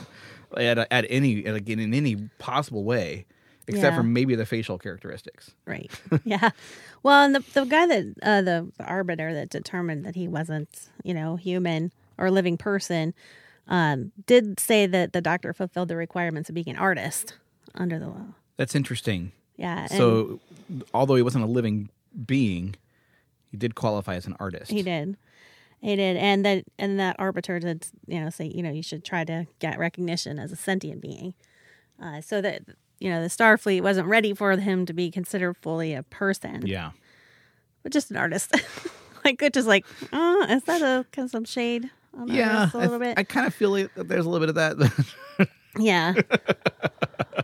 Speaker 2: at, at any like in, in any possible way, except
Speaker 3: Yeah.
Speaker 2: for maybe the facial characteristics.
Speaker 3: Right. yeah. Well, and the the guy that uh the, the arbiter that determined that he wasn't, you know, human or a living person um did say that the doctor fulfilled the requirements of being an artist under the law.
Speaker 2: That's interesting.
Speaker 3: Yeah. and
Speaker 2: so, although he wasn't a living being, he did qualify as an artist.
Speaker 3: He did. He did. And that and that arbiter did you know say, you know, you should try to get recognition as a sentient being. Uh, so that you know, the Starfleet wasn't ready for him to be considered fully a person.
Speaker 2: Yeah.
Speaker 3: But just an artist. like it just like, oh, is that a kind of some shade on the artist a little
Speaker 2: I,
Speaker 3: bit?
Speaker 2: I kind of feel like that there's a little bit of that.
Speaker 3: yeah.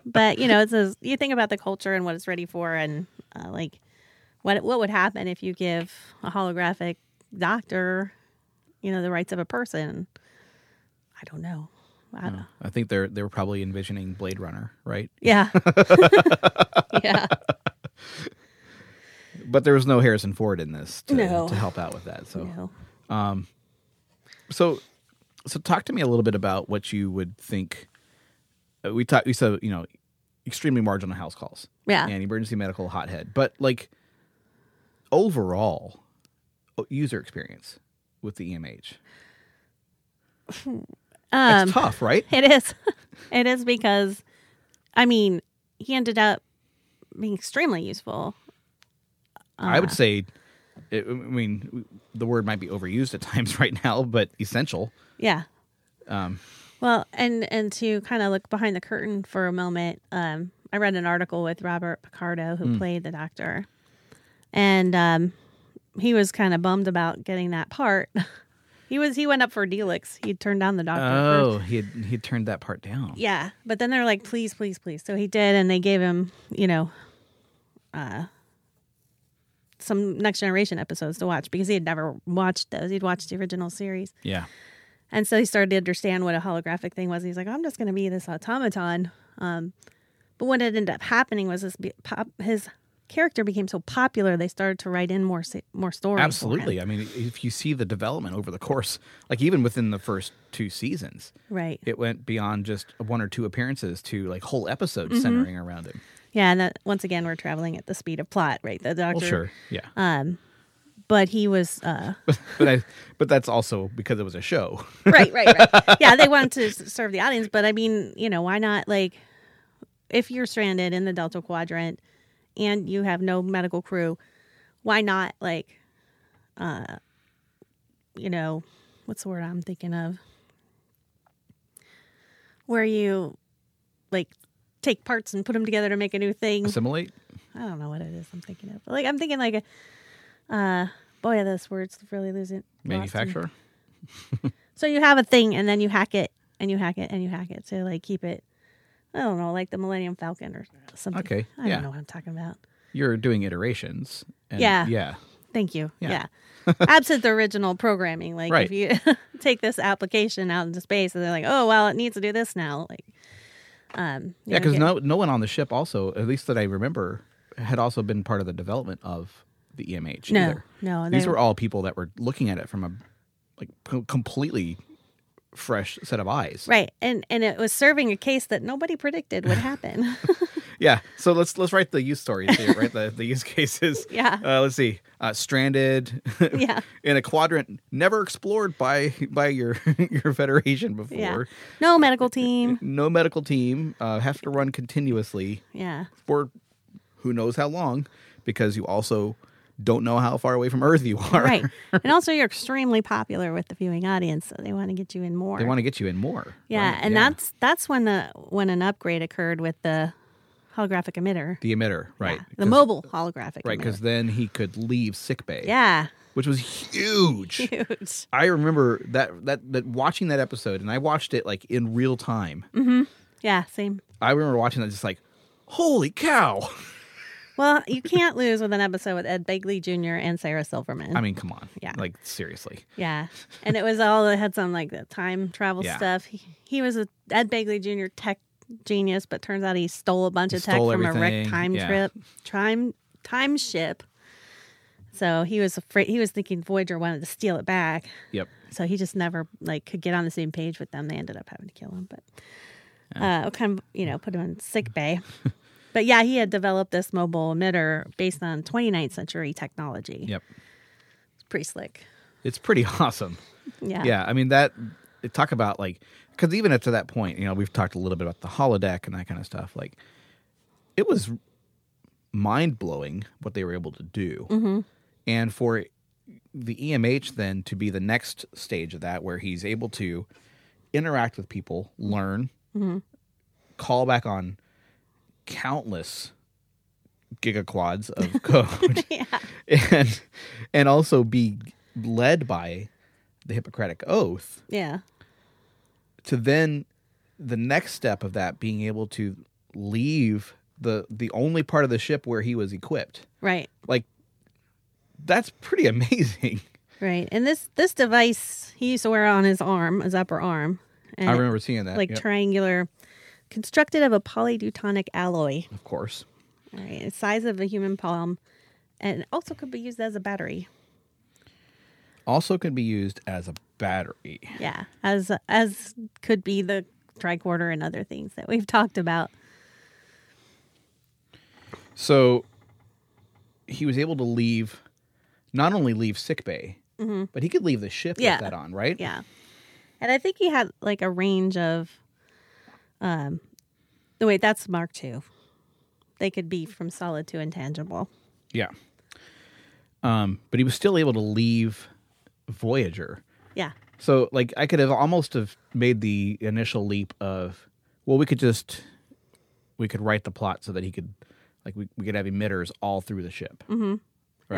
Speaker 3: but you know, it's a, you think about the culture and what it's ready for and uh, like what what would happen if you give a holographic doctor, you know, the rights of a person. I don't know. I don't,
Speaker 2: I think they're they were probably envisioning Blade Runner, right?
Speaker 3: Yeah. yeah.
Speaker 2: But there was no Harrison Ford in this to,
Speaker 3: No.
Speaker 2: to help out with that. So
Speaker 3: No.
Speaker 2: so so talk to me a little bit about what you would think. uh, We talked. We said you know extremely marginal house calls.
Speaker 3: Yeah.
Speaker 2: and emergency medical hothead, but like overall o- user experience with the E EMH. That's
Speaker 3: Um,
Speaker 2: tough, right?
Speaker 3: It is. it is because, I mean, he ended up being extremely useful.
Speaker 2: I
Speaker 3: Uh.
Speaker 2: would say, it, I mean, the word might be overused at times right now, but essential.
Speaker 3: Yeah.
Speaker 2: Um,
Speaker 3: Well, and and to kind of look behind the curtain for a moment, um, I read an article with Robert Picardo, who
Speaker 2: Hmm.
Speaker 3: played the Doctor, and um, he was kind of bummed about getting that part. he was he went up for Delix. He turned down the Doctor. first.
Speaker 2: oh, he had, he had turned that part down.
Speaker 3: Yeah, but then they're like, please, please, please. So he did, and they gave him, you know, uh, some Next Generation episodes to watch because he had never watched those. He'd watched the original series.
Speaker 2: Yeah.
Speaker 3: And so he started to understand what a holographic thing was. He's like, I'm just going to be this automaton. Um, but what had ended up happening was his, be- pop, his character became so popular, they started to write in more se- more stories. for him.
Speaker 2: Absolutely. I mean, if you see the development over the course, like even within the first two seasons,
Speaker 3: Right.
Speaker 2: it went beyond just one or two appearances to like whole episodes
Speaker 3: Mm-hmm.
Speaker 2: centering around him.
Speaker 3: yeah. And that, once again, we're traveling at the speed of plot, right? The doctor.
Speaker 2: Well, sure. Yeah.
Speaker 3: Uh. But he was. Uh,
Speaker 2: but I, but that's also because it was a show.
Speaker 3: right, right, right. Yeah, they wanted to s- serve the audience, but I mean, you know, why not? Like, if you're stranded in the Delta Quadrant and you have no medical crew, why not? Like, uh, you know, what's the word I'm thinking of? Where you like take parts and put them together to make a new thing.
Speaker 2: Assimilate.
Speaker 3: I don't know what it is I'm thinking of. But, like, I'm thinking like a, uh, boy, this word's really losing. lost in-
Speaker 2: Manufacturer.
Speaker 3: so you have a thing, and then you hack it, and you hack it, and you hack it to like keep it I don't know, like the Millennium Falcon or something.
Speaker 2: Okay,
Speaker 3: I
Speaker 2: yeah.
Speaker 3: don't know what I'm talking about.
Speaker 2: You're doing iterations. And
Speaker 3: Yeah.
Speaker 2: Yeah.
Speaker 3: Thank you.
Speaker 2: Yeah.
Speaker 3: Yeah. Absent the original programming, like
Speaker 2: Right.
Speaker 3: if you take this application out into space and they're like, oh, well, it needs to do this now. Like, um, you
Speaker 2: Yeah,
Speaker 3: know,
Speaker 2: because
Speaker 3: get-
Speaker 2: no, no one on the ship also, at least that I remember, had also been part of the development of the EMH.
Speaker 3: No,
Speaker 2: either.
Speaker 3: no, and
Speaker 2: These
Speaker 3: they-
Speaker 2: were all people that were looking at it from a like com- completely fresh set of eyes.
Speaker 3: Right. And and it was serving a case that nobody predicted would happen.
Speaker 2: Yeah. So let's let's write the use stories here. Right. the the use cases.
Speaker 3: Yeah.
Speaker 2: Uh, let's see. Uh, stranded.
Speaker 3: Yeah.
Speaker 2: In a quadrant never explored by by your your federation before.
Speaker 3: yeah. No medical team.
Speaker 2: No medical team. Uh, have to run continuously.
Speaker 3: Yeah.
Speaker 2: for who knows how long because you also don't know how far away from Earth you are.
Speaker 3: Right. And also you're extremely popular with the viewing audience, so they want to get you in more.
Speaker 2: They want to get you in more.
Speaker 3: yeah,
Speaker 2: right?
Speaker 3: and that's that's when the when an upgrade occurred with the holographic emitter.
Speaker 2: the emitter, right?
Speaker 3: Yeah, the
Speaker 2: 'Cause-
Speaker 3: mobile holographic
Speaker 2: right? Because
Speaker 3: emitter.
Speaker 2: then he could leave sickbay.
Speaker 3: Yeah.
Speaker 2: which was huge.
Speaker 3: Huge.
Speaker 2: I remember that that that watching that episode, and I watched it like in real time.
Speaker 3: Mm. Yeah, same.
Speaker 2: I remember watching that, just like, holy cow!
Speaker 3: Well, you can't lose with an episode with Ed Begley Jr. and Sarah Silverman.
Speaker 2: I mean, come on,
Speaker 3: Yeah.
Speaker 2: like seriously,
Speaker 3: Yeah, and it was all it had some like the time travel
Speaker 2: Yeah.
Speaker 3: stuff. He, he was a Ed Begley Jr. tech genius, but turns out he stole a bunch
Speaker 2: He
Speaker 3: of tech
Speaker 2: stole
Speaker 3: from a wrecked
Speaker 2: everything,
Speaker 3: time
Speaker 2: yeah.
Speaker 3: trip, time time ship. So he was afraid. He was thinking Voyager wanted to steal it back,
Speaker 2: yep.
Speaker 3: so he just never like could get on the same page with them. They ended up having to kill him, but uh, kind of you know put him in sick bay. but yeah, he had developed this mobile emitter based on 29th century technology.
Speaker 2: Yep.
Speaker 3: It's pretty slick.
Speaker 2: It's pretty awesome. yeah i mean that talk about like because even up to that point you know we've talked a little bit about the holodeck and that kind of stuff like it was mind-blowing what they were able to do
Speaker 3: Mm. Mm-hmm.
Speaker 2: and for the emh then to be the next stage of that where he's able to interact with people learn
Speaker 3: Mm-hmm.
Speaker 2: call back on countless gigaquads of code and and also be led by the hippocratic oath
Speaker 3: Yeah.
Speaker 2: to then the next step of that being able to leave the the only part of the ship where he was equipped
Speaker 3: Right.
Speaker 2: like that's pretty amazing
Speaker 3: Right. And this this device he used to wear on his arm, his upper arm. And
Speaker 2: i remember seeing that
Speaker 3: like
Speaker 2: yep,
Speaker 3: triangular constructed of a polydutonic alloy.
Speaker 2: of course
Speaker 3: All right. The size of a human palm and also could be used as a battery.
Speaker 2: also can be used as a battery
Speaker 3: Yeah. As as could be the tricorder and other things that we've talked about.
Speaker 2: so he was able to leave not only leave sickbay but he could leave the ship
Speaker 3: Mm-hmm. Yeah.
Speaker 2: with that on right
Speaker 3: Yeah. And I think he had like a range of um no wait, that's Mark two. They could be from solid to intangible.
Speaker 2: Yeah. Um, but he was still able to leave Voyager.
Speaker 3: Yeah.
Speaker 2: So like I could have almost have made the initial leap of well, we could just we could write the plot so that he could like we, we could have emitters all through the ship. Mm-hmm.
Speaker 3: And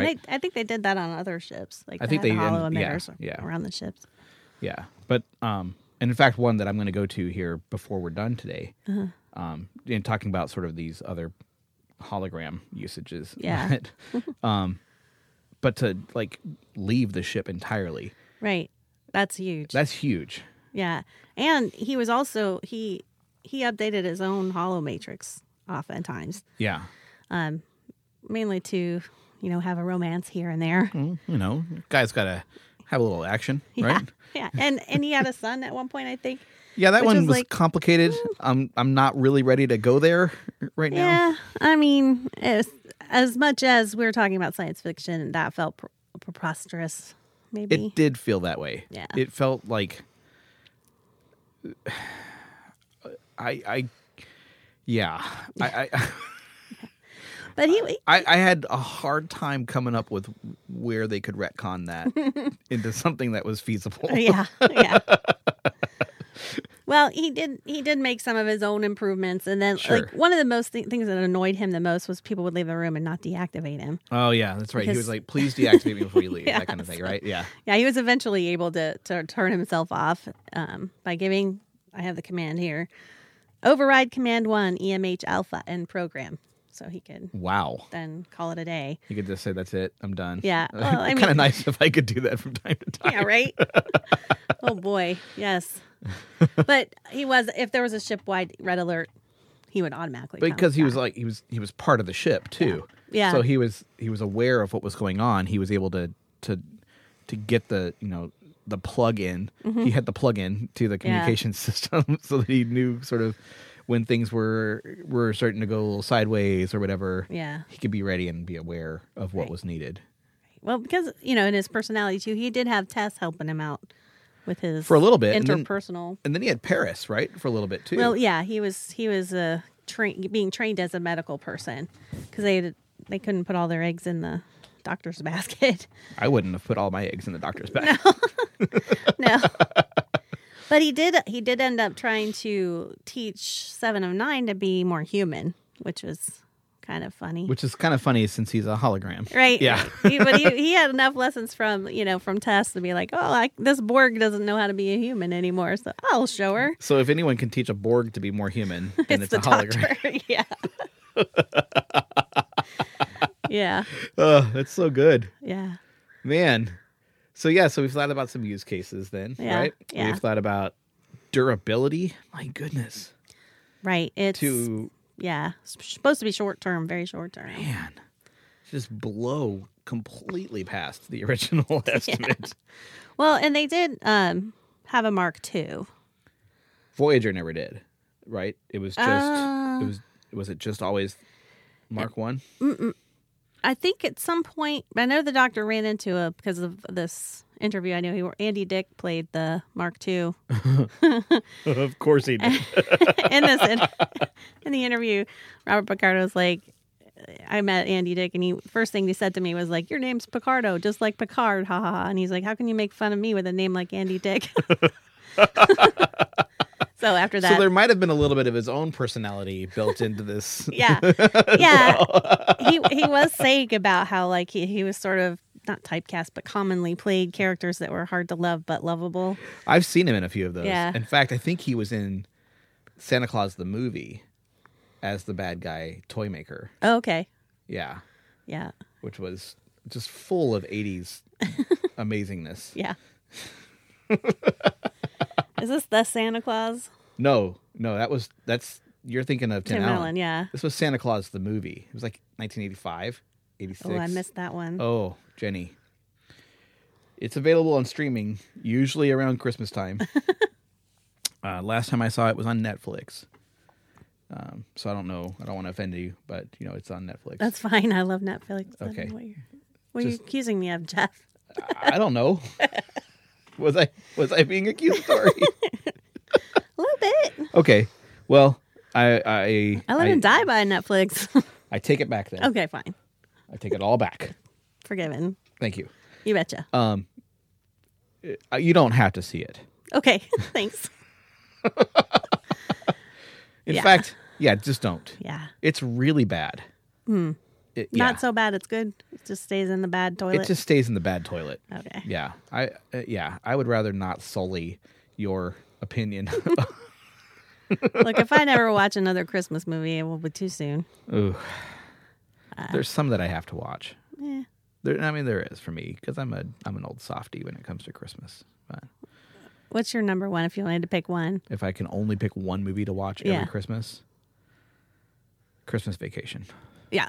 Speaker 2: Right?
Speaker 3: they, I think they did that on other ships. Like
Speaker 2: I think
Speaker 3: had
Speaker 2: they
Speaker 3: the hollow
Speaker 2: did, yeah,
Speaker 3: emitters
Speaker 2: yeah.
Speaker 3: around the ships.
Speaker 2: yeah. But um and in fact one that I'm gonna go to here before we're done today. Um in talking about sort of these other hologram usages.
Speaker 3: Yeah.
Speaker 2: um but to like leave the ship entirely.
Speaker 3: Right. That's huge.
Speaker 2: That's huge.
Speaker 3: yeah. And he was also he he updated his own hollow matrix oftentimes,
Speaker 2: Yeah.
Speaker 3: mainly to you know have a romance here and there.
Speaker 2: Well, you know, guy's got to have a little action,
Speaker 3: Yeah.
Speaker 2: right?
Speaker 3: Yeah. And and he had a son at one point, I think.
Speaker 2: Yeah, that
Speaker 3: Which
Speaker 2: one was
Speaker 3: was like- mm.
Speaker 2: complicated. I'm I'm not really ready to go there right now.
Speaker 3: Yeah. I mean, as as much as we were talking about science fiction, that felt pre- preposterous. Maybe.
Speaker 2: It did feel that way.
Speaker 3: Yeah.
Speaker 2: It felt like I I yeah. I I,
Speaker 3: but he
Speaker 2: I I had a hard time coming up with where they could retcon that into something that was feasible.
Speaker 3: yeah, yeah. well, he did. He did make some of his own improvements, and then
Speaker 2: Sure.
Speaker 3: like one of the most th- things that annoyed him the most was people would leave the room and not deactivate him.
Speaker 2: Oh yeah, that's right. He was
Speaker 3: Because-
Speaker 2: like, "Please deactivate me before you leave."
Speaker 3: Yeah,
Speaker 2: that kind of thing, right? Yeah.
Speaker 3: Yeah, he was eventually able to to turn himself off um, by giving. I have the command here. override command one EMH alpha and program. So he could
Speaker 2: Wow.
Speaker 3: then call it a day.
Speaker 2: You could just say, that's it. I'm done.
Speaker 3: Yeah, well, I
Speaker 2: kind of
Speaker 3: mean-
Speaker 2: nice if I could do that from time to time.
Speaker 3: Yeah, right? oh boy, yes. But he was if there was a ship wide red alert, he would automatically come
Speaker 2: because he was
Speaker 3: back.
Speaker 2: like he was he was part of the ship too.
Speaker 3: Yeah.
Speaker 2: So he was he was aware of what was going on. He was able to to to get the you know the plug in.
Speaker 3: Mm-hmm.
Speaker 2: He had the plug in to the communication system so that he knew sort of when things were were starting to go a little sideways or whatever.
Speaker 3: Yeah.
Speaker 2: He could be ready and be aware of what
Speaker 3: Right.
Speaker 2: was needed.
Speaker 3: Well, because you know, in his personality too, he did have Tess helping him out with his
Speaker 2: For a little bit, and then-
Speaker 3: interpersonal.
Speaker 2: And then he had Paris, right? For a little bit too.
Speaker 3: Well, yeah, he was he was uh, train, being trained as a medical person because they they couldn't put all their eggs in the doctor's basket.
Speaker 2: I wouldn't have put all my eggs in the doctor's bag.
Speaker 3: no, but he did he did end up trying to teach Seven of Nine to be more human, which was kind of funny.
Speaker 2: Which is kind of funny since he's a hologram.
Speaker 3: Right.
Speaker 2: Yeah.
Speaker 3: he, but he, he had enough lessons from, you know, from Tess to be like, oh, I, this Borg doesn't know how to be a human anymore. So I'll show her.
Speaker 2: So if anyone can teach a Borg to be more human, then it's,
Speaker 3: the
Speaker 2: a hologram.
Speaker 3: doctor. yeah. yeah.
Speaker 2: Oh, that's so good.
Speaker 3: Yeah.
Speaker 2: Man. So yeah, so we've thought about some use cases then,
Speaker 3: Yeah,
Speaker 2: right?
Speaker 3: yeah.
Speaker 2: We've thought about durability. My goodness.
Speaker 3: Right. It's,
Speaker 2: To
Speaker 3: yeah, s- supposed to be short term, very short term.
Speaker 2: man, just blow completely past the original estimate.
Speaker 3: Well, and they did um, have a Mark II.
Speaker 2: Voyager never did, right? It was just
Speaker 3: Uh.
Speaker 2: it was was it just always Mark 1?
Speaker 3: I think at some point, I know the doctor ran into a because of this interview. I know he Andy Dick played the Mark II
Speaker 2: of course he did.
Speaker 3: in this in, in the interview, Robert Picardo was like, I met Andy Dick, and he first thing he said to me was like, "Your name's Picardo, just like Picard, ha ha ha." And he's like, "How can you make fun of me with a name like Andy Dick?" so after that,
Speaker 2: So there might have been a little bit of his own personality built into this.
Speaker 3: yeah, yeah, he he was saying about how like he he was sort of not typecast, but commonly played characters that were hard to love but lovable.
Speaker 2: I've seen him in a few of those.
Speaker 3: Yeah.
Speaker 2: In fact, I think he was in Santa Claus the movie as the bad guy toy maker.
Speaker 3: Oh, okay,
Speaker 2: Yeah,
Speaker 3: yeah,
Speaker 2: which was just full of 80s amazingness.
Speaker 3: yeah. Is this the Santa Claus?
Speaker 2: No, no, that was that's you're thinking of Tim,
Speaker 3: Tim
Speaker 2: Allen.
Speaker 3: Allen, yeah.
Speaker 2: This was Santa Claus the movie. It was like 1985, 86.
Speaker 3: Oh, I missed that one.
Speaker 2: Oh, Jenny. It's available on streaming usually around Christmas time. uh, last time I saw it was on Netflix. Um, so I don't know. I don't want to offend you, but you know it's on Netflix.
Speaker 3: That's fine. I love Netflix. I don't
Speaker 2: Okay.
Speaker 3: know What, you're, what
Speaker 2: Just-
Speaker 3: are you accusing me of, Jeff?
Speaker 2: I I don't know. was I was I being accusatory?
Speaker 3: A little bit.
Speaker 2: okay. Well, I I
Speaker 3: I let him die Oh. by Netflix.
Speaker 2: I take it back then.
Speaker 3: okay, fine.
Speaker 2: I take it all back.
Speaker 3: Forgiven.
Speaker 2: Thank you.
Speaker 3: You betcha.
Speaker 2: Um, uh, you don't have to see it.
Speaker 3: okay, thanks.
Speaker 2: In
Speaker 3: Yeah.
Speaker 2: fact, yeah, just don't.
Speaker 3: Yeah.
Speaker 2: It's really bad. It- yeah.
Speaker 3: Hmm. Not so bad. It's good. It just stays in the bad toilet.
Speaker 2: It just stays in the bad toilet.
Speaker 3: okay.
Speaker 2: Yeah, I uh, yeah, I would rather not sully your opinion.
Speaker 3: Look, if I never watch another Christmas movie, it will be too soon.
Speaker 2: Ooh.
Speaker 3: Uh.
Speaker 2: There's some that I have to watch.
Speaker 3: Eh,
Speaker 2: There, I mean, there is for me because I'm a I'm an old softy when it comes to Christmas. But
Speaker 3: What's your number one if you wanted to pick one?
Speaker 2: if I can only pick one movie to watch
Speaker 3: Yeah.
Speaker 2: every Christmas, Christmas Vacation.
Speaker 3: Yeah.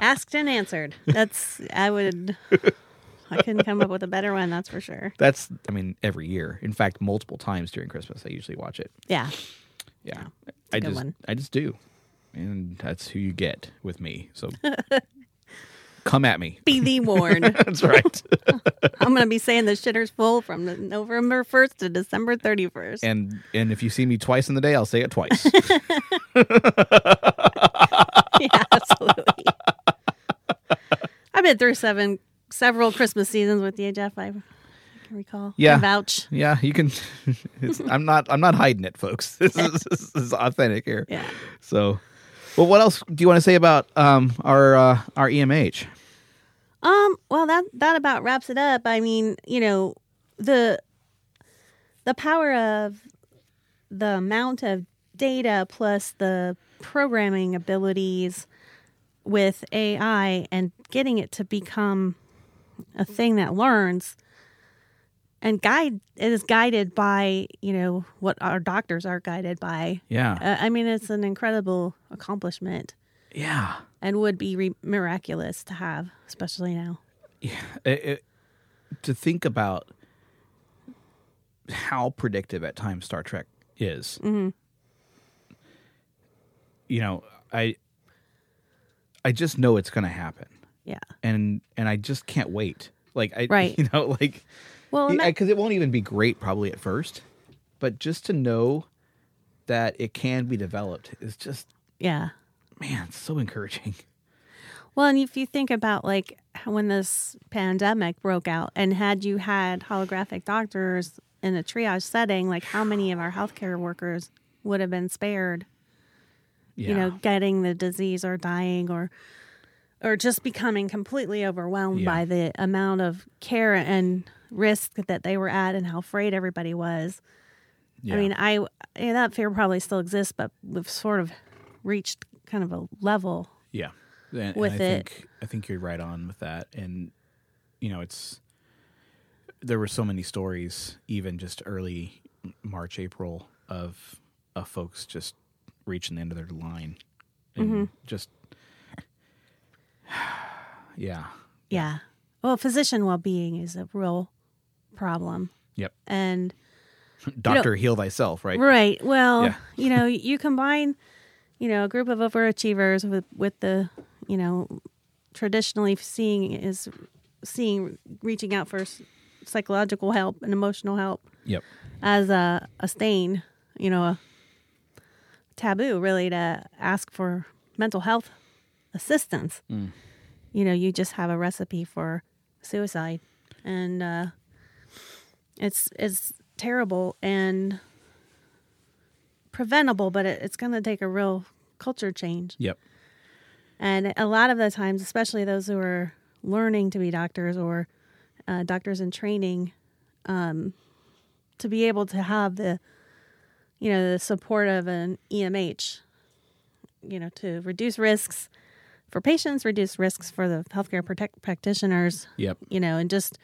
Speaker 3: Asked and answered. That's, I would, I couldn't come up with a better one, that's for sure.
Speaker 2: That's I mean every year. In fact, multiple times during Christmas, I usually watch it.
Speaker 3: Yeah.
Speaker 2: Yeah,
Speaker 3: a
Speaker 2: I
Speaker 3: good
Speaker 2: just
Speaker 3: one.
Speaker 2: I just do, and that's who you get with me. So come at me.
Speaker 3: Be thee warned.
Speaker 2: That's right.
Speaker 3: I'm going to be saying the shitter's full from November 1st to December 31st.
Speaker 2: and and if you see me twice in the day, I'll say it twice.
Speaker 3: yeah, absolutely. I've been through seven, several Christmas seasons with you, Jeff. I can recall.
Speaker 2: Yeah.
Speaker 3: I vouch.
Speaker 2: yeah, you can. It's, I'm not. I'm not hiding it, folks. This is, this is authentic here.
Speaker 3: Yeah.
Speaker 2: So, well, what else do you want to say about um our uh, our EMH?
Speaker 3: Um, well that that about wraps it up. I mean, you know, the the power of the amount of data plus the programming abilities with AI and getting it to become a thing that learns and guide it is guided by you know what our doctors are guided by
Speaker 2: Yeah.
Speaker 3: uh, i mean it's an incredible accomplishment
Speaker 2: yeah.
Speaker 3: and would be re- miraculous to have especially now
Speaker 2: It- it- to think about how predictive at times Star Trek is.
Speaker 3: Mm-hmm.
Speaker 2: You know, I I just know it's going to happen,
Speaker 3: yeah
Speaker 2: and and I just can't wait. Like I,
Speaker 3: Right.
Speaker 2: you know, like
Speaker 3: well ima-
Speaker 2: because it won't even be great probably at first, but just to know that it can be developed is just
Speaker 3: yeah
Speaker 2: man it's so encouraging.
Speaker 3: Well, and if you think about like when this pandemic broke out, and had you had holographic doctors in a triage setting, like how many of our healthcare workers would have been spared,
Speaker 2: Yeah.
Speaker 3: you know, getting the disease or dying or or just becoming completely overwhelmed
Speaker 2: Yeah.
Speaker 3: by the amount of care and risk that they were at and how afraid everybody was.
Speaker 2: yeah.
Speaker 3: I mean, I yeah, that fear probably still exists, but we've sort of reached kind of a level.
Speaker 2: Yeah. And- And,
Speaker 3: with
Speaker 2: I
Speaker 3: it.
Speaker 2: Think, I think you're right on with that. And, you know, it's, there were so many stories, even just early March, April, of, of folks just reaching the end of their line. And
Speaker 3: Mm-hmm.
Speaker 2: just, yeah.
Speaker 3: Yeah. Well, physician well being is a real problem.
Speaker 2: Yep.
Speaker 3: And
Speaker 2: Doctor, heal thyself, right?
Speaker 3: right, well,
Speaker 2: Yeah.
Speaker 3: you know, you combine, you know, a group of overachievers with with the, you know, traditionally seeing is seeing reaching out for s- psychological help and emotional help
Speaker 2: Yep.
Speaker 3: as a, a stain, you know, a taboo really to ask for mental health assistance. You know, you just have a recipe for suicide, and uh, it's it's terrible and preventable, but it, it's going to take a real culture change.
Speaker 2: Yep.
Speaker 3: And a lot of the times, especially those who are learning to be doctors or uh, doctors in training, um, to be able to have the, you know, the support of an EMH, you know, to reduce risks for patients, reduce risks for the healthcare protect- practitioners,
Speaker 2: Yep.
Speaker 3: you know, and just,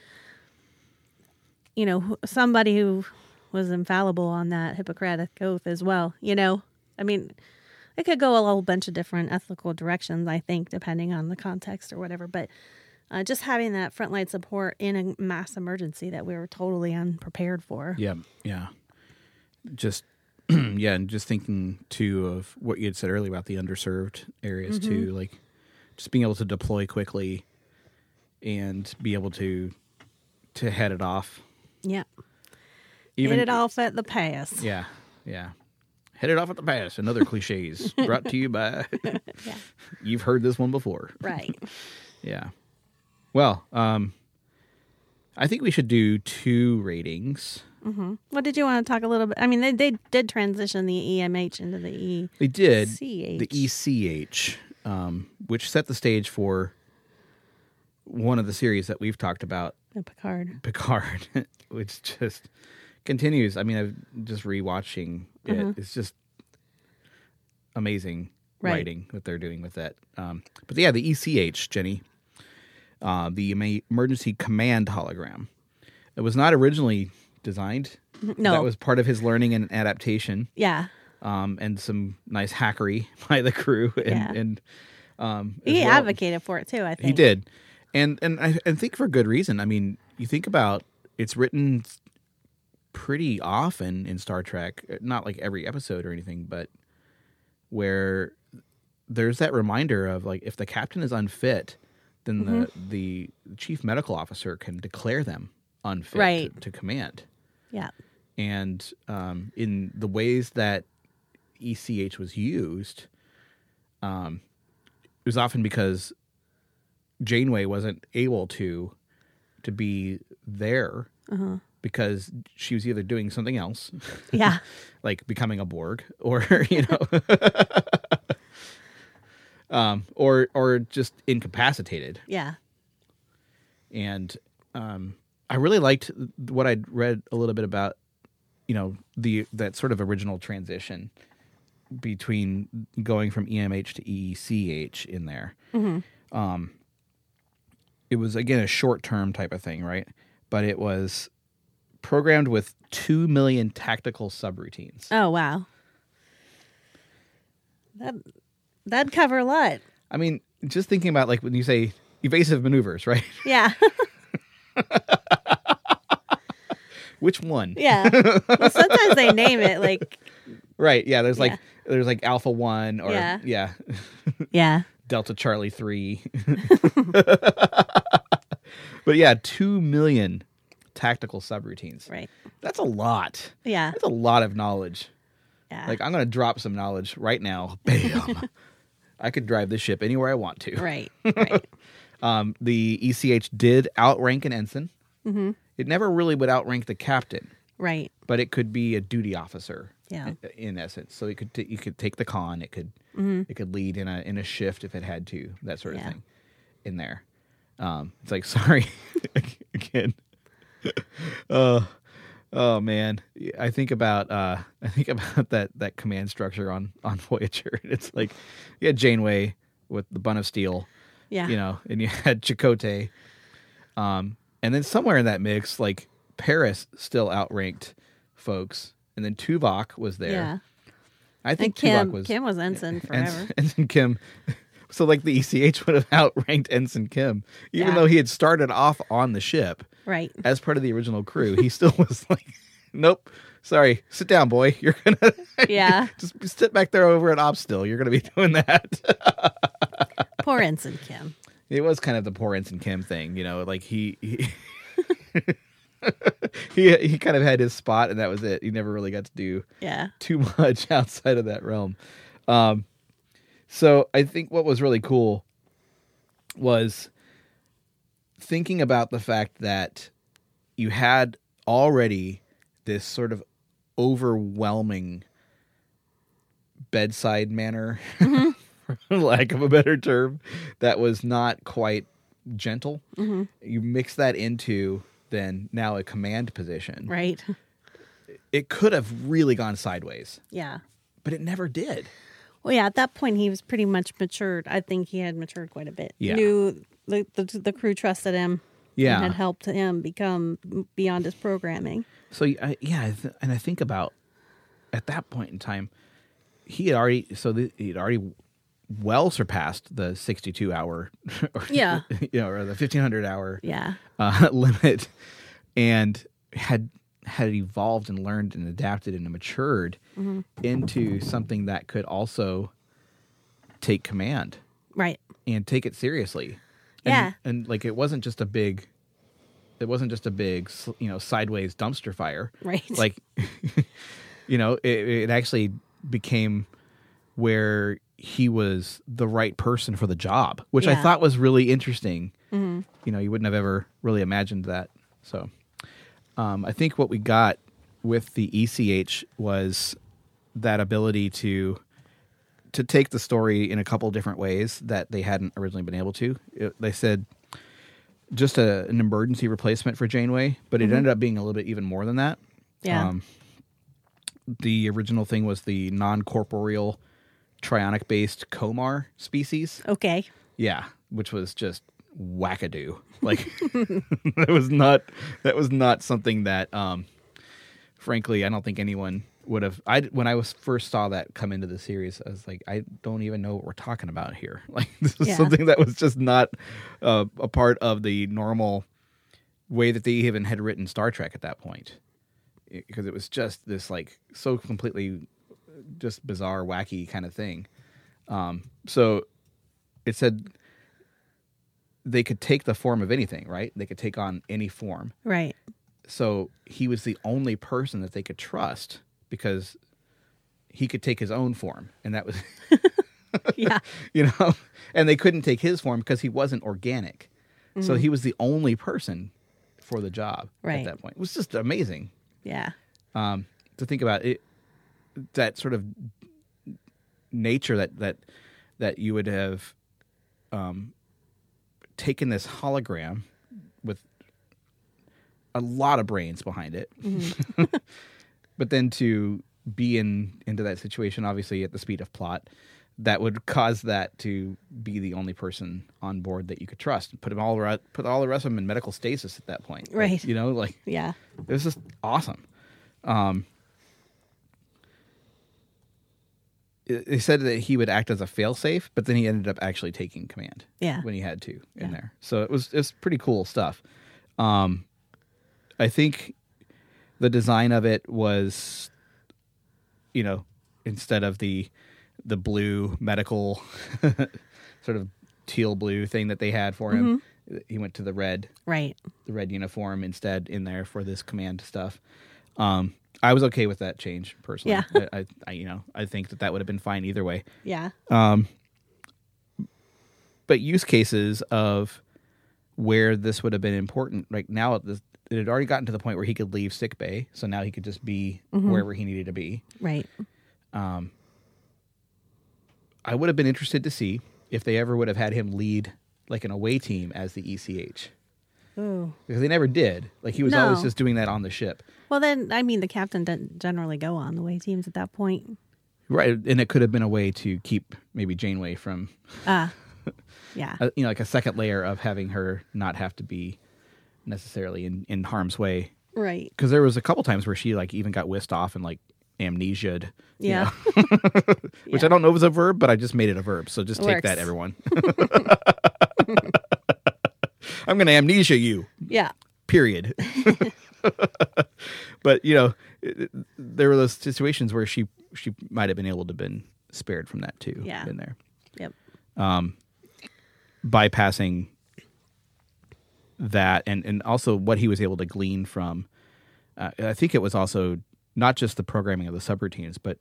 Speaker 3: you know, wh- somebody who was infallible on that Hippocratic oath as well, you know? I mean, it could go a whole bunch of different ethical directions, I think, depending on the context or whatever. But uh, just having that frontline support in a mass emergency that we were totally unprepared for.
Speaker 2: Yeah, yeah. Just yeah, and just thinking too of what you had said earlier about the underserved areas too,
Speaker 3: Mm-hmm.
Speaker 2: like just being able to deploy quickly and be able to to head it off.
Speaker 3: Yeah. Get it off at the pass.
Speaker 2: Yeah, yeah. Head it off at the pass. Another cliches brought to you by. You've heard this one before.
Speaker 3: Right.
Speaker 2: Yeah. Well, um, I think we should do two ratings.
Speaker 3: What did you want to talk a little bit? I mean, they, they did transition the EMH into the E.
Speaker 2: They did
Speaker 3: CH.
Speaker 2: the E ECH, um, which set the stage for one of the series that we've talked about,
Speaker 3: at Picard.
Speaker 2: Picard, which just continues. I mean, I'm just rewatching it. It's just amazing
Speaker 3: Uh-huh. Right.
Speaker 2: writing what they're doing with that. Um, but yeah, the ECH, Jenny, uh, the em- emergency command hologram. It was not originally designed.
Speaker 3: no.
Speaker 2: that was part of his learning and adaptation
Speaker 3: Yeah.
Speaker 2: um, and some nice hackery by the crew. And,
Speaker 3: Yeah.
Speaker 2: and um, as
Speaker 3: He
Speaker 2: well.
Speaker 3: advocated for it too, I think.
Speaker 2: He did, and and I, I think for good reason. I mean, you think about it's written pretty often in Star Trek, eh, not like every episode or anything, but where there's that reminder of like if the captain is unfit, then
Speaker 3: Mm-hmm.
Speaker 2: the the chief medical officer can declare them unfit
Speaker 3: Right.
Speaker 2: to command
Speaker 3: Yeah.
Speaker 2: and um, in the ways that ECH was used, um, it was often because Janeway wasn't able to to be there
Speaker 3: Uh-huh.
Speaker 2: because she was either doing something else,
Speaker 3: Yeah.
Speaker 2: like becoming a Borg, or you know, um, or or just incapacitated
Speaker 3: Yeah.
Speaker 2: and um, I really liked what I'd read a little bit about you know the that sort of original transition between going from EMH to EECH in there. Um,
Speaker 3: Mm-hmm.
Speaker 2: it was again a short term type of thing, right? But it was programmed with two million tactical subroutines.
Speaker 3: Oh wow. That that'd cover a lot.
Speaker 2: I mean, just thinking about like when you say evasive maneuvers, right?
Speaker 3: Yeah.
Speaker 2: Which one?
Speaker 3: Yeah. well, sometimes they name it like
Speaker 2: Right. Yeah. There's like
Speaker 3: Yeah.
Speaker 2: there's like Alpha One or
Speaker 3: Yeah.
Speaker 2: yeah
Speaker 3: Yeah.
Speaker 2: Delta Charlie Three. but yeah, two million tactical subroutines.
Speaker 3: Right.
Speaker 2: That's a lot.
Speaker 3: Yeah.
Speaker 2: That's a lot of knowledge.
Speaker 3: Yeah.
Speaker 2: Like I'm gonna drop some knowledge right now. Bam. I could drive this ship anywhere I want to.
Speaker 3: right. Right.
Speaker 2: Um, the ECH did outrank an ensign.
Speaker 3: Mm-hmm.
Speaker 2: It never really would outrank the captain,
Speaker 3: Right.
Speaker 2: but it could be a duty officer.
Speaker 3: Yeah.
Speaker 2: i- In essence, so it could t- you could take the con. It could it could lead in a in a shift if it had to that sort of
Speaker 3: Mm-hmm. Yeah.
Speaker 2: thing. In there, um, it's like sorry again. Oh, oh man, I think about uh, I think about that that command structure on on Voyager. It's like you had Janeway with the bun of steel
Speaker 3: Yeah.
Speaker 2: you know, and you had Chicote. Um, and then somewhere in that mix, like Paris still outranked folks, and then Tuvok was there.
Speaker 3: Yeah.
Speaker 2: I
Speaker 3: And
Speaker 2: think
Speaker 3: Kim
Speaker 2: Tuvok was
Speaker 3: Kim was ensign
Speaker 2: Ens-
Speaker 3: forever.
Speaker 2: Ensign Kim. So like the ECH would have outranked Ensign Kim, even
Speaker 3: Yeah.
Speaker 2: though he had started off on the ship
Speaker 3: right.
Speaker 2: as part of the original crew. He still was like, "Nope, sorry, sit down, boy. You're gonna
Speaker 3: Yeah.
Speaker 2: just sit back there over at Ops still. You're gonna be doing that."
Speaker 3: Poor ensign Kim.
Speaker 2: It was kind of the poor Ensign Kim thing, you know, like he he he, he kind of had his spot and that was it. He never really got to do
Speaker 3: Yeah.
Speaker 2: too much outside of that realm. Um, so I think what was really cool was thinking about the fact that you had already this sort of overwhelming bedside manner, for lack of a better term, that was not quite gentle.
Speaker 3: Mm-hmm.
Speaker 2: You mix that into then now a command position.
Speaker 3: Right.
Speaker 2: It could have really gone sideways
Speaker 3: Yeah.
Speaker 2: but it never did.
Speaker 3: Well, yeah, at that point he was pretty much matured. I think he had matured quite a bit.
Speaker 2: Yeah.
Speaker 3: Knew the the, the crew trusted him.
Speaker 2: Yeah.
Speaker 3: And had helped him become beyond his programming.
Speaker 2: So I, yeah, I th- and I think about at that point in time, he had already so the, he had already well surpassed the sixty-two hour, or,
Speaker 3: Yeah.
Speaker 2: you know, or the fifteen hundred hour
Speaker 3: Yeah.
Speaker 2: uh, limit, and had had evolved and learned and adapted and matured into something that could also take command
Speaker 3: Right.
Speaker 2: and take it seriously. And,
Speaker 3: Yeah.
Speaker 2: and like it wasn't just a big, it wasn't just a big, s- you know, sideways dumpster fire.
Speaker 3: Right.
Speaker 2: Like, you know, it, it actually became where he was the right person for the job, which I
Speaker 3: Yeah. Mm-hmm.
Speaker 2: thought was really interesting. You know, you wouldn't have ever really imagined that. So, um, I think what we got with the ECH was that ability to to take the story in a couple different ways that they hadn't originally been able to. It- they said just a, an emergency replacement for Janeway, but
Speaker 3: Mm-hmm.
Speaker 2: it ended up being a little bit even more than that.
Speaker 3: Yeah.
Speaker 2: um, the original thing was the non corporeal trionic based comar species.
Speaker 3: okay.
Speaker 2: Yeah, which was just wackadoo. Like that was not that was not something that um frankly I don't think anyone would have I when I was first saw that come into the series I was like I don't even know what we're talking about here. Like this is
Speaker 3: Yeah.
Speaker 2: something that was just not uh, a part of the normal way that they even had written Star Trek at that point. It- Because it was just this like so completely just bizarre wacky kind of thing. Um so it said they could take the form of anything, right? They could take on any form.
Speaker 3: Right.
Speaker 2: So he was the only person that they could trust because he could take his own form, and that was,
Speaker 3: Yeah.
Speaker 2: you know, and they couldn't take his form because he wasn't organic. So he was the only person for the job at
Speaker 3: Right.
Speaker 2: that point. It was just amazing
Speaker 3: Yeah.
Speaker 2: um, to think about it that sort of nature that that that you would have um, taken this hologram with a lot of brains behind it but then to be in into that situation obviously at the speed of plot that would cause that to be the only person on board that you could trust put them all around, put all the rest of them in medical stasis at that point Like,
Speaker 3: Right.
Speaker 2: you know like
Speaker 3: Yeah.
Speaker 2: it was just awesome. Um, it- they said that he would act as a failsafe, but then he ended up actually taking command.
Speaker 3: Yeah.
Speaker 2: when he had to in
Speaker 3: Yeah.
Speaker 2: there, so it was it's pretty cool stuff. Um, I think the design of it was, you know, instead of the the blue medical sort of teal blue thing that they had for him,
Speaker 3: Mm-hmm.
Speaker 2: he went to the red
Speaker 3: Right.
Speaker 2: the red uniform instead in there for this command stuff. Um, I was okay with that change personally.
Speaker 3: Yeah.
Speaker 2: I, I, I, you know, I think that that would have been fine either way. Um,
Speaker 3: Yeah.
Speaker 2: But use cases of where this would have been important, like now at this, it had already gotten to the point where he could leave sick bay, so now he could just be
Speaker 3: Mm-hmm.
Speaker 2: wherever he needed to be.
Speaker 3: Right.
Speaker 2: I would have been interested to see if they ever would have had him lead like an away team as the ECH
Speaker 3: Ooh.
Speaker 2: because they never did. Like he was
Speaker 3: No.
Speaker 2: always just doing that on the ship.
Speaker 3: Well, then, I mean, the captain doesn't generally go on the way teams at that point.
Speaker 2: Right, and it could have been a way to keep maybe Janeway from
Speaker 3: Ah. Yeah.
Speaker 2: uh, you know like a second layer of having her not have to be necessarily in, in harm's way
Speaker 3: right.
Speaker 2: because there was a couple times where she like even got whisked off and like amnesia'd you
Speaker 3: Yeah.
Speaker 2: know, which i don't know if it's a verb but i just made it a verb so just
Speaker 3: It
Speaker 2: take that
Speaker 3: works.
Speaker 2: everyone i'm gonna amnesia you
Speaker 3: yeah.
Speaker 2: period. but you know, it- it- there were those situations where she she might have been able to been spared from that too.
Speaker 3: Yeah.
Speaker 2: in there,
Speaker 3: Yep.
Speaker 2: bypassing that, and and also what he was able to glean from. Uh, I think it was also not just the programming of the subroutines, but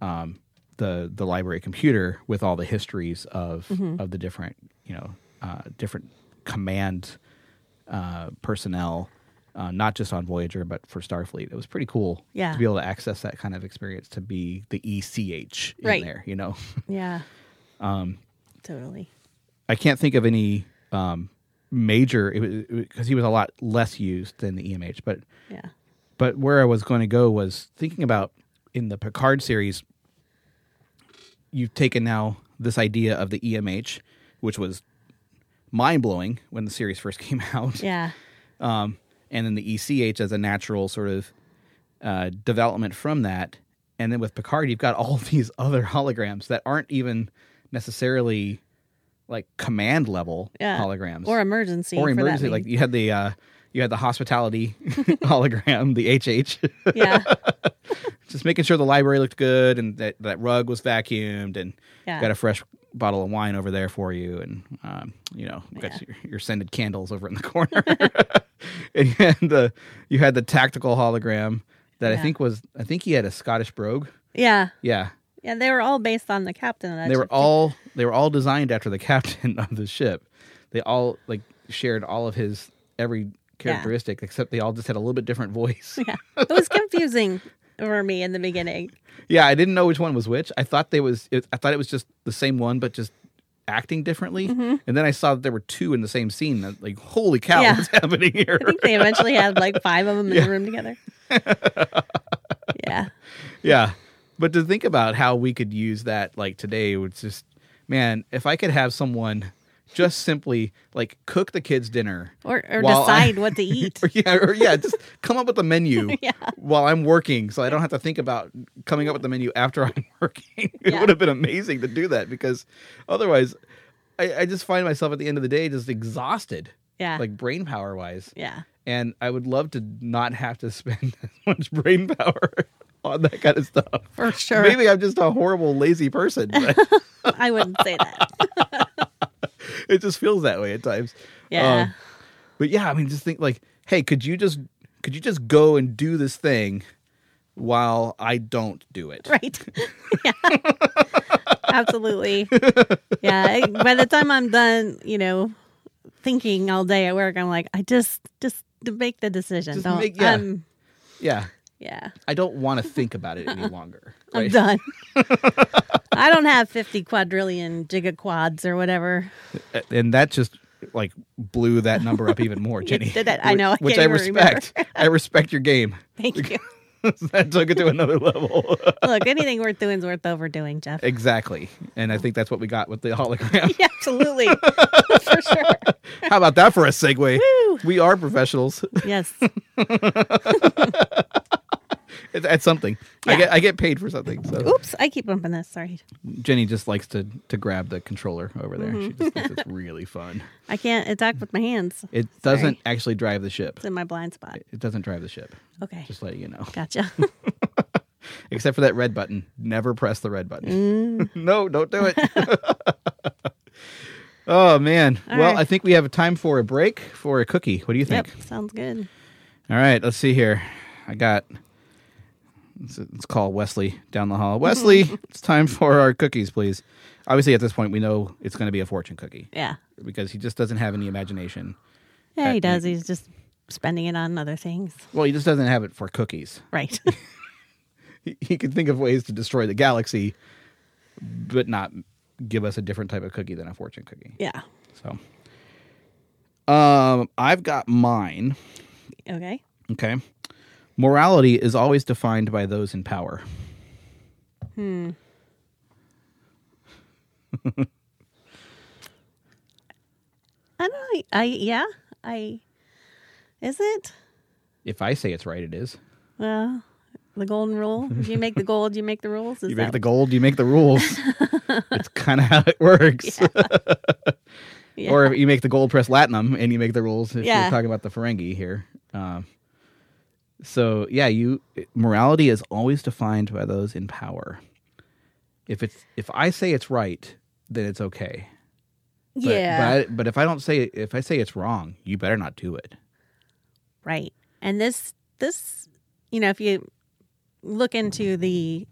Speaker 2: um, the the library computer with all the histories of
Speaker 3: Mm-hmm.
Speaker 2: of the different you know uh, different command uh, personnel, uh, not just on Voyager but for Starfleet. It was pretty cool
Speaker 3: Yeah.
Speaker 2: to be able to access that kind of experience to be the ECH in
Speaker 3: Right.
Speaker 2: there. You know,
Speaker 3: Yeah. Um. Totally.
Speaker 2: I can't think of any um, major because he was a lot less used than the EMH, but
Speaker 3: Yeah.
Speaker 2: but where I was going to go was thinking about in the Picard series, you've taken now this idea of the EMH, which was mind blowing when the series first came out,
Speaker 3: Yeah.
Speaker 2: and then the ECH as a natural sort of uh, development from that. And then with Picard, you've got all these other holograms that aren't even necessarily like command level
Speaker 3: Yeah.
Speaker 2: holograms
Speaker 3: Or emergency.
Speaker 2: or
Speaker 3: for that
Speaker 2: emergency. Like
Speaker 3: matter.
Speaker 2: you had the uh, you had the hospitality hologram, the HH.
Speaker 3: yeah.
Speaker 2: just making sure the library looked good and that, that rug was vacuumed and
Speaker 3: Yeah.
Speaker 2: got a fresh bottle of wine over there for you and um, you know got your, your scented candles over in the corner and you had the you had the tactical hologram that I
Speaker 3: Yeah.
Speaker 2: think was I think he had a Scottish brogue
Speaker 3: Yeah.
Speaker 2: yeah
Speaker 3: Yeah. They were all based on the captain. Of that
Speaker 2: they were
Speaker 3: ship, too.
Speaker 2: all they were all designed after the captain of the ship they all like shared all of his every characteristic except they all just had a little bit different voice
Speaker 3: Yeah. It was confusing for me in the beginning.
Speaker 2: Yeah, I didn't know which one was which. I thought they was it, I thought it was just the same one, but just acting differently. And then I saw that there were two in the same scene. I'm Like, holy cow,
Speaker 3: Mm-hmm. Yeah.
Speaker 2: what's happening here?
Speaker 3: I think they eventually had like five of them in the room together. yeah.
Speaker 2: yeah, but to think about how we could use that like today was just man. If I could have someone just simply like cook the kids dinner
Speaker 3: Or or
Speaker 2: while I-
Speaker 3: decide what to eat.
Speaker 2: Or yeah, or yeah, just come up with the menu
Speaker 3: Yeah.
Speaker 2: while I'm working, so I don't have to think about coming up with the menu after I'm working. it
Speaker 3: Yeah.
Speaker 2: would have been amazing to do that because otherwise, I, I just find myself at the end of the day just exhausted,
Speaker 3: Yeah.
Speaker 2: like brain power wise.
Speaker 3: yeah.
Speaker 2: And I would love to not have to spend as much brain power on that kind of stuff.
Speaker 3: For sure.
Speaker 2: Maybe I'm just a horrible lazy person. But
Speaker 3: I wouldn't say
Speaker 2: Oh.
Speaker 3: that.
Speaker 2: it just feels that way at times.
Speaker 3: Yeah.
Speaker 2: Um, but yeah, I mean, just think like, hey, could you just could you just go and do this thing while I don't do it?
Speaker 3: right. Yeah. Absolutely. Yeah. I- By the time I'm done, you know, thinking all day at work, I'm like, I just just to make the decision.
Speaker 2: Just
Speaker 3: Don't
Speaker 2: make- yeah.
Speaker 3: um,
Speaker 2: Yeah,
Speaker 3: yeah.
Speaker 2: I don't want to think about it any longer.
Speaker 3: I'm
Speaker 2: right?
Speaker 3: done. I don't have 50 quadrillion gigaquads or whatever.
Speaker 2: And that just like blew that number up even more, Jenny.
Speaker 3: did it. I know. I
Speaker 2: Which
Speaker 3: can't
Speaker 2: I
Speaker 3: even
Speaker 2: respect. I respect your game.
Speaker 3: Thank you.
Speaker 2: that took it to another level.
Speaker 3: Look, anything worth doing is worth overdoing, Jeff.
Speaker 2: exactly. And I think that's what we got with the hologram.
Speaker 3: Yeah, absolutely. For sure.
Speaker 2: How about that for a segue? We are professionals.
Speaker 3: Yes.
Speaker 2: It's, it's something. I
Speaker 3: Yeah.
Speaker 2: get I get paid for something. So
Speaker 3: Oops, I keep bumping this. Sorry.
Speaker 2: Jenny just likes to to grab the controller over there. She
Speaker 3: Mm-hmm.
Speaker 2: just thinks it's really fun.
Speaker 3: I can't attack with my hands.
Speaker 2: It doesn't actually drive the ship.
Speaker 3: It's in my blind spot.
Speaker 2: It doesn't drive the ship.
Speaker 3: Okay.
Speaker 2: Just letting you know.
Speaker 3: Gotcha.
Speaker 2: Except for that red button. Never press the red button.
Speaker 3: Mm.
Speaker 2: no, don't do it. oh man.
Speaker 3: All
Speaker 2: well,
Speaker 3: right.
Speaker 2: I think we have time for a break for a cookie. What do you think?
Speaker 3: yep. Sounds good.
Speaker 2: All right, let's see here. I got. Let's, let's call Wesley down the hall. Wesley, it's time for our cookies, please. Obviously, at this point, we know it's going to be a fortune cookie
Speaker 3: Yeah.
Speaker 2: because he just doesn't have any imagination.
Speaker 3: Yeah, he
Speaker 2: That-
Speaker 3: does. He's just spending it on other things.
Speaker 2: Well, he just doesn't have it for cookies.
Speaker 3: Right.
Speaker 2: He, he can think of ways to destroy the galaxy, but not give us a different type of cookie than a fortune cookie.
Speaker 3: yeah.
Speaker 2: So, um, I've got mine.
Speaker 3: Okay.
Speaker 2: Okay. Morality is always defined by those in power.
Speaker 3: I don't know. I yeah. I is it?
Speaker 2: If I say it's right, it is.
Speaker 3: Well, the golden rule. If you make the gold, you make the rules. Is
Speaker 2: you make
Speaker 3: that-
Speaker 2: the gold, you make the rules. it's kind of how it works.
Speaker 3: Yeah.
Speaker 2: or if you make the gold press latinum and you make the rules. If
Speaker 3: Yeah.
Speaker 2: you're talking about the Ferengi here. Um, so yeah, you morality is always defined by those in power. If it's if I say it's right, then it's okay. But,
Speaker 3: yeah.
Speaker 2: But, but if I don't say if I say it's wrong, you better not do it.
Speaker 3: Right. And this this you know, if you look into the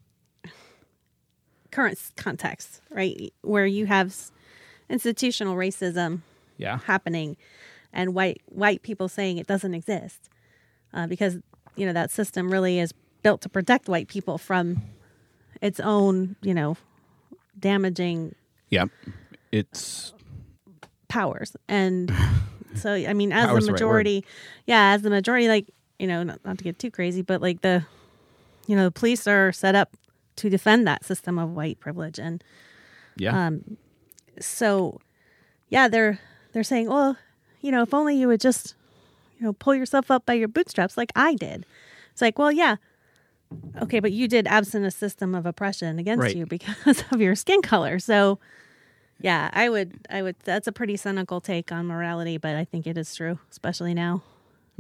Speaker 3: current s- context, right, where you have s- institutional racism
Speaker 2: Yeah.
Speaker 3: happening and white white people saying it doesn't exist uh, because you know that system really is built to protect white people from its own you know damaging
Speaker 2: Yeah. It's
Speaker 3: powers and so i mean as
Speaker 2: Power's
Speaker 3: the
Speaker 2: the right word.
Speaker 3: majority yeah as the majority like you know not, not to get too crazy but like the you know the police are set up to defend that system of white privilege and
Speaker 2: yeah.
Speaker 3: Um, so yeah they're they're saying well you know if only you would just you know pull yourself up by your bootstraps like i did it's like well yeah okay but you did absent a system of oppression against
Speaker 2: Right.
Speaker 3: you because of your skin color so yeah i would i would that's a pretty cynical take on morality but i think it is true especially now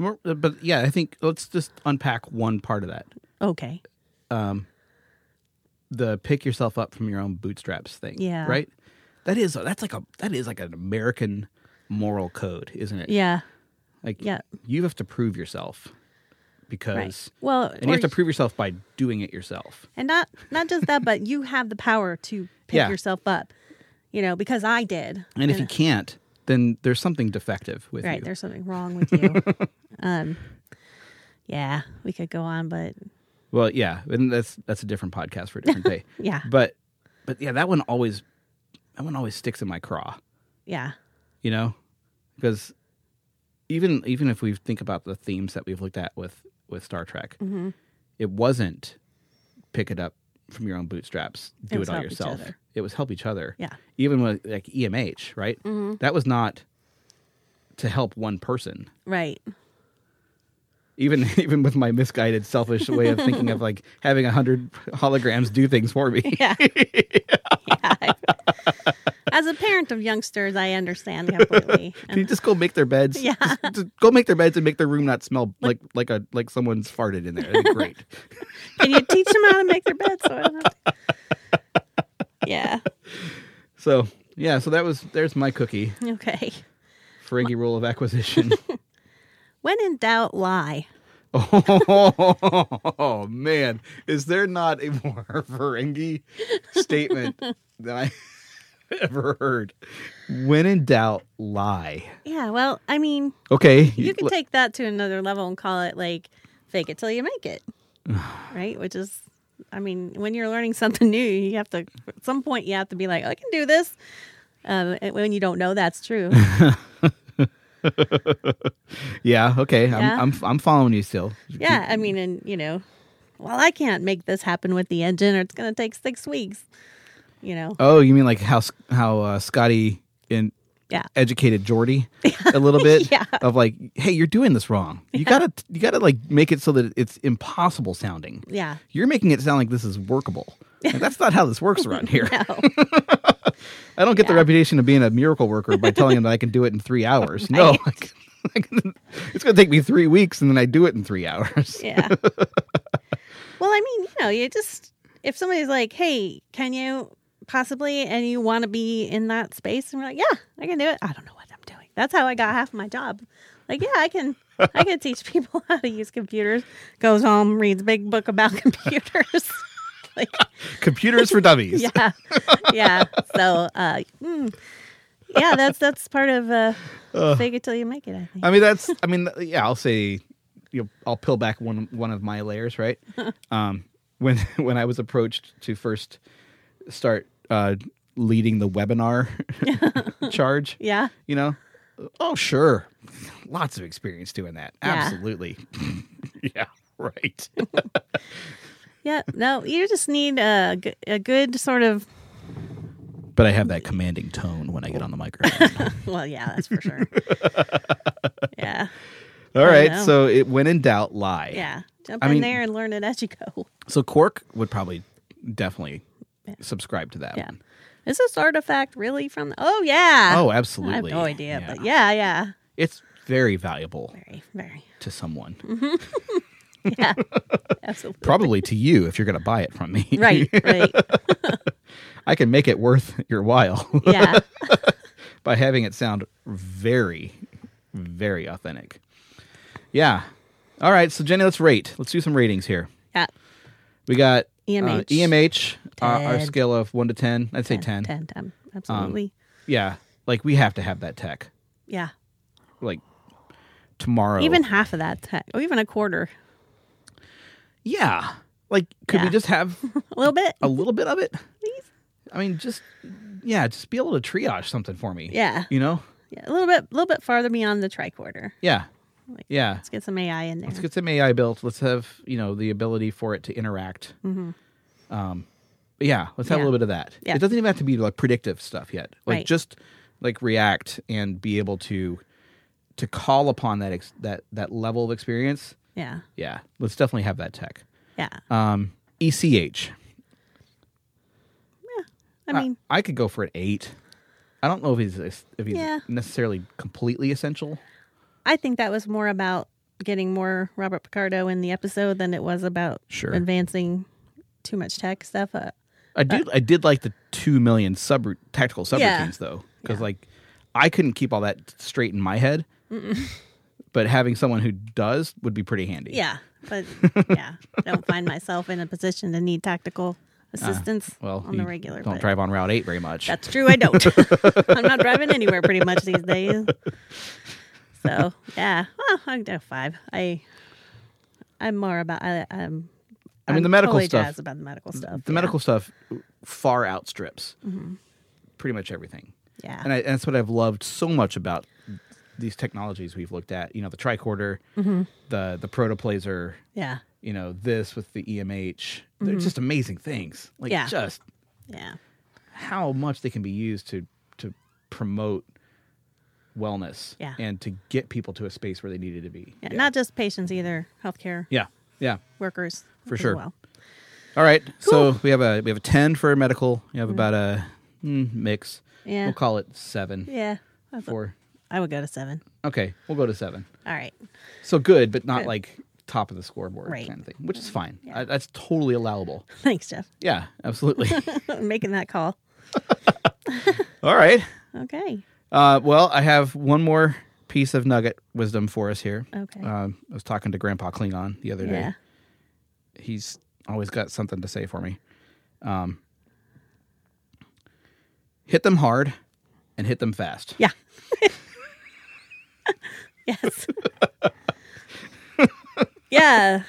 Speaker 2: Mor- But yeah, I think let's just unpack one part of that.
Speaker 3: okay
Speaker 2: the pick yourself up from your own bootstraps thing.
Speaker 3: Yeah.
Speaker 2: Right. That is that's like a that is like an American moral code, isn't it?
Speaker 3: yeah
Speaker 2: Like
Speaker 3: Yeah.
Speaker 2: you have to prove yourself because
Speaker 3: right well
Speaker 2: and you have to
Speaker 3: or-
Speaker 2: prove yourself by doing it yourself.
Speaker 3: And not not just that, but you have the power to pick
Speaker 2: Yeah.
Speaker 3: yourself up. You know, because I did.
Speaker 2: And if you can't, then there's something defective with
Speaker 3: right,
Speaker 2: you.
Speaker 3: there's something wrong with you. um, yeah, we could go on, but
Speaker 2: Well, yeah, and that's that's a different podcast for a different day.
Speaker 3: Yeah.
Speaker 2: But but yeah, that one always that one always sticks in my craw.
Speaker 3: yeah,
Speaker 2: you know because even even if we think about the themes that we've looked at with with star trek it wasn't pick it up from your own bootstraps do
Speaker 3: It
Speaker 2: it,
Speaker 3: was
Speaker 2: all
Speaker 3: help each
Speaker 2: yourself
Speaker 3: other.
Speaker 2: it was help each other
Speaker 3: Yeah. Mm-hmm.
Speaker 2: even with like emh right that was not to help one person
Speaker 3: right,
Speaker 2: even even with my misguided selfish way of thinking of like having a hundred holograms do things for me
Speaker 3: yeah. yeah. As a parent of youngsters, I understand completely.
Speaker 2: Can you
Speaker 3: And
Speaker 2: just go make their beds?
Speaker 3: Yeah.
Speaker 2: Just, just go make their beds and make their room not smell like like a like someone's farted in there. That'd be great.
Speaker 3: can you teach them how to make their beds? So I don't have to- yeah.
Speaker 2: so yeah, so that was there's my cookie.
Speaker 3: Okay.
Speaker 2: Ferengi rule of acquisition.
Speaker 3: When in doubt, lie.
Speaker 2: oh man, is there not a more Ferengi statement than I ever heard? When in doubt, lie.
Speaker 3: Yeah. Well, I mean,
Speaker 2: Okay,
Speaker 3: you can take that to another level and call it like fake it till you make it right which is i mean when you're learning something new you have to at some point you have to be like i can do this um, and when you don't know that's true
Speaker 2: yeah. Okay,
Speaker 3: Yeah.
Speaker 2: I'm, I'm I'm following you still.
Speaker 3: yeah i mean and you know well, I can't make this happen with the engine, or it's going to take six weeks. You know,
Speaker 2: Oh, you mean like how S- how uh, Scotty in
Speaker 3: Yeah.
Speaker 2: educated Jordy a little bit
Speaker 3: Yeah.
Speaker 2: of like, hey, you're doing this wrong. You gotta you gotta like make it so that it's impossible sounding.
Speaker 3: yeah.
Speaker 2: You're making it sound like this is workable. And that's not how this works around here.
Speaker 3: No.
Speaker 2: I don't get the reputation of being a miracle worker by telling them that I can do it in three hours. No, I can, I can, it's going to take me three weeks, and then I do it in three hours.
Speaker 3: Yeah. well, I mean, you know, you just if somebody's like, "Hey, can you possibly?" and you want to be in that space, and you're like, "Yeah, I can do it." I don't know what I'm doing. That's how I got half my job. Like, yeah, I can. I can teach people how to use computers. Goes home, reads big book about computers. like,
Speaker 2: Computers for dummies.
Speaker 3: yeah, yeah. So, uh, mm, yeah, that's that's part of uh, fake it till you make it. I think.
Speaker 2: I mean, that's. I mean, yeah. I'll say, you know, I'll peel back one one of my layers, right? um, when when I was approached to first start uh, leading the webinar charge,
Speaker 3: yeah.
Speaker 2: you know, oh sure, lots of experience doing that.
Speaker 3: Yeah.
Speaker 2: Absolutely. yeah. Right.
Speaker 3: Yeah, no, you just need a, g- a good sort of.
Speaker 2: But I have that commanding tone when I get on the microphone.
Speaker 3: Well, yeah, that's for sure. yeah,
Speaker 2: All
Speaker 3: I
Speaker 2: right.
Speaker 3: know.
Speaker 2: So it when in doubt, lie.
Speaker 3: yeah. Jump
Speaker 2: I
Speaker 3: in
Speaker 2: mean-
Speaker 3: there and learn it as you go.
Speaker 2: So Cork would probably definitely
Speaker 3: Yeah.
Speaker 2: subscribe to that.
Speaker 3: Yeah.
Speaker 2: one.
Speaker 3: Is this artifact really from? Oh, yeah.
Speaker 2: Oh,
Speaker 3: I have
Speaker 2: absolutely.
Speaker 3: no idea, but yeah, yeah.
Speaker 2: It's very valuable
Speaker 3: Very, very.
Speaker 2: to someone.
Speaker 3: Mm-hmm. Yeah. Absolutely.
Speaker 2: Probably to you if you're going to buy it from me.
Speaker 3: Right, right.
Speaker 2: I can make it worth your while
Speaker 3: Yeah.
Speaker 2: by having it sound very, very authentic. Yeah. All right. So, Jenny, let's rate. Let's do some ratings here.
Speaker 3: Yeah.
Speaker 2: We got uh,
Speaker 3: EMH.
Speaker 2: EMH, uh, our
Speaker 3: Ten.
Speaker 2: scale of 1 to 10. I'd say Um, 10.
Speaker 3: 10, 10. Absolutely.
Speaker 2: Yeah. Like, we have to have that tech.
Speaker 3: yeah.
Speaker 2: Like, tomorrow.
Speaker 3: Even half of that, tech, or even a quarter,
Speaker 2: Yeah. Like, could we
Speaker 3: Yeah.
Speaker 2: just have
Speaker 3: a little bit.
Speaker 2: a little bit of it? I mean, just, yeah, just be able to triage something for me.
Speaker 3: Yeah.
Speaker 2: You know?
Speaker 3: Yeah, a little bit, a little bit farther beyond the tricorder.
Speaker 2: Yeah.
Speaker 3: Like,
Speaker 2: Yeah.
Speaker 3: Let's get some AI in there.
Speaker 2: Let's get some AI built. Let's have, you know, the ability for it to interact. Um, but yeah, let's have a
Speaker 3: Mm-hmm. Yeah.
Speaker 2: little bit of that.
Speaker 3: Yeah.
Speaker 2: It doesn't even have to be like predictive stuff yet. Like
Speaker 3: Right.
Speaker 2: just like react and be able to to call upon that ex- that that level of experience.
Speaker 3: yeah.
Speaker 2: Yeah. Let's definitely have that tech.
Speaker 3: Yeah.
Speaker 2: Um, ECH.
Speaker 3: I mean,
Speaker 2: I could go for an 8. I don't know if he's if he's
Speaker 3: Yeah.
Speaker 2: necessarily completely essential.
Speaker 3: I think that was more about getting more Robert Picardo in the episode than it was about
Speaker 2: Sure.
Speaker 3: advancing too much tech stuff. Uh,
Speaker 2: I did. I did like the two million sub tactical subroutines
Speaker 3: Yeah.
Speaker 2: though, because like I couldn't keep all that straight in my head. But having someone who does would be pretty handy.
Speaker 3: yeah, but yeah, I don't find myself in a position to need tactical assistance
Speaker 2: Ah, Well,
Speaker 3: on the
Speaker 2: you
Speaker 3: regular.
Speaker 2: Don't
Speaker 3: but
Speaker 2: drive on Route Eight very much.
Speaker 3: That's true. I don't. I'm not driving anywhere pretty much these days. So yeah, well, I can do a five. I I'm more about I, I'm.
Speaker 2: I mean,
Speaker 3: I'm
Speaker 2: the medical
Speaker 3: totally
Speaker 2: stuff-
Speaker 3: jazzed about the medical stuff.
Speaker 2: the
Speaker 3: yeah. Mm-hmm.
Speaker 2: medical stuff far outstrips pretty much everything,
Speaker 3: Yeah.
Speaker 2: and, I, and that's what I've loved so much about these technologies we've looked at. You know, the tricorder,
Speaker 3: Mm-hmm.
Speaker 2: the the protoplaser,
Speaker 3: yeah.
Speaker 2: you know, this with the EMH. They're just amazing things. Like
Speaker 3: Mm-hmm. Yeah.
Speaker 2: just
Speaker 3: Yeah.
Speaker 2: how much they can be used to to promote wellness
Speaker 3: Yeah.
Speaker 2: and to get people to a space where they needed to be.
Speaker 3: Yeah, not just patients either, healthcare
Speaker 2: Yeah. Yeah.
Speaker 3: workers
Speaker 2: For
Speaker 3: as
Speaker 2: sure.
Speaker 3: Well,
Speaker 2: All right. So we have a we have a ten for medical. You have about a mm, mix.
Speaker 3: Mm-hmm. Yeah.
Speaker 2: We'll call it seven.
Speaker 3: yeah, that's a-
Speaker 2: Four.
Speaker 3: I would go to seven.
Speaker 2: Okay. We'll go to seven.
Speaker 3: All right,
Speaker 2: So good, but not
Speaker 3: Good.
Speaker 2: like top of the scoreboard
Speaker 3: Right. Mm-hmm.
Speaker 2: kind of thing, which is fine. I, that's totally allowable.
Speaker 3: thanks, Jeff,
Speaker 2: Yeah. Absolutely.
Speaker 3: making that call.
Speaker 2: All right.
Speaker 3: Okay,
Speaker 2: Uh, well, I have one more piece of nugget wisdom for us here.
Speaker 3: Okay.
Speaker 2: Um, I was talking to Grandpa Klingon the other day.
Speaker 3: yeah,
Speaker 2: he's always got something to say for me. Um, hit them hard and hit them fast.
Speaker 3: yeah, yes, yeah.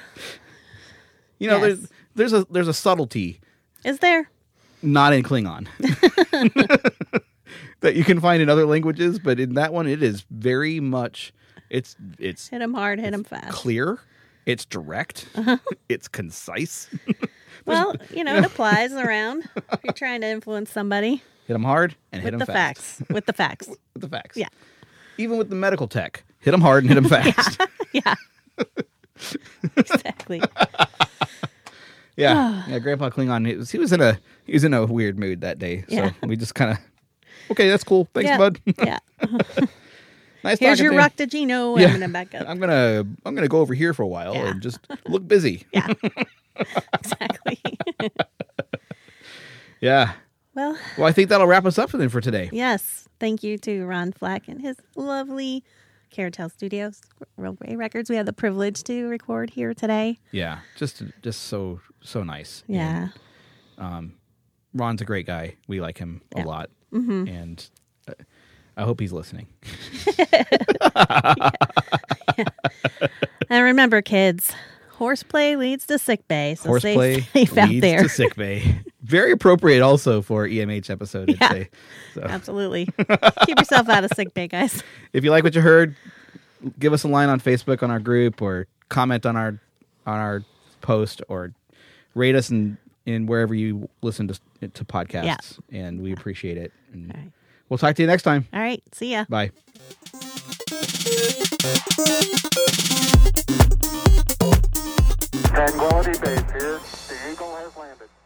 Speaker 2: You know,
Speaker 3: Yes.
Speaker 2: there's there's a there's a subtlety
Speaker 3: Is there?
Speaker 2: not in Klingon that you can find in other languages, but in that one it is very much it's it's
Speaker 3: Hit him hard, hit him fast. Uh-huh.
Speaker 2: clear It's direct. it's concise.
Speaker 3: Well, you know, it applies around. If you're trying to influence somebody
Speaker 2: hit them hard and hit
Speaker 3: with
Speaker 2: them
Speaker 3: the
Speaker 2: fast.
Speaker 3: facts. With the facts.
Speaker 2: With the facts.
Speaker 3: Yeah.
Speaker 2: Even with the medical tech, hit them hard and hit them fast.
Speaker 3: Yeah. exactly.
Speaker 2: yeah. yeah. Grandpa Klingon, he was, he was in a he was in a weird mood that day. So
Speaker 3: Yeah.
Speaker 2: we just kind of okay, that's cool. Thanks,
Speaker 3: yeah.
Speaker 2: bud.
Speaker 3: yeah.
Speaker 2: nice
Speaker 3: Here's
Speaker 2: talking
Speaker 3: your
Speaker 2: to you.
Speaker 3: Roctagino.
Speaker 2: Yeah.
Speaker 3: I'm going to back up.
Speaker 2: I'm gonna I'm gonna go over here for a while
Speaker 3: Yeah.
Speaker 2: and just look busy.
Speaker 3: Yeah. exactly.
Speaker 2: Yeah.
Speaker 3: well,
Speaker 2: Well, I think that'll wrap us up then for today.
Speaker 3: yes. Thank you to Ron Flack and his lovely Caratel Studios, Real Gray Records. We had the privilege to record here today.
Speaker 2: Yeah. Just just so so nice.
Speaker 3: Yeah.
Speaker 2: Ron's a great guy. We like him a
Speaker 3: Yeah. Mm-hmm.
Speaker 2: lot, and uh, I hope he's listening.
Speaker 3: And remember, kids, horseplay leads to sick bay. So
Speaker 2: Horseplay
Speaker 3: stay safe out
Speaker 2: leads
Speaker 3: there.
Speaker 2: to sick bay. Very appropriate, also for EMH episode. I'd
Speaker 3: Yeah.
Speaker 2: say. So,
Speaker 3: Absolutely. Keep yourself out of sick bay, guys.
Speaker 2: if you like what you heard, give us a line on Facebook on our group, or comment on our on our post, or rate us in in wherever you listen to to podcasts. And we appreciate it. And
Speaker 3: All right.
Speaker 2: We'll talk to you next time.
Speaker 3: All right. See ya.
Speaker 2: Bye.
Speaker 4: Tranquility Base here. The Eagle has landed.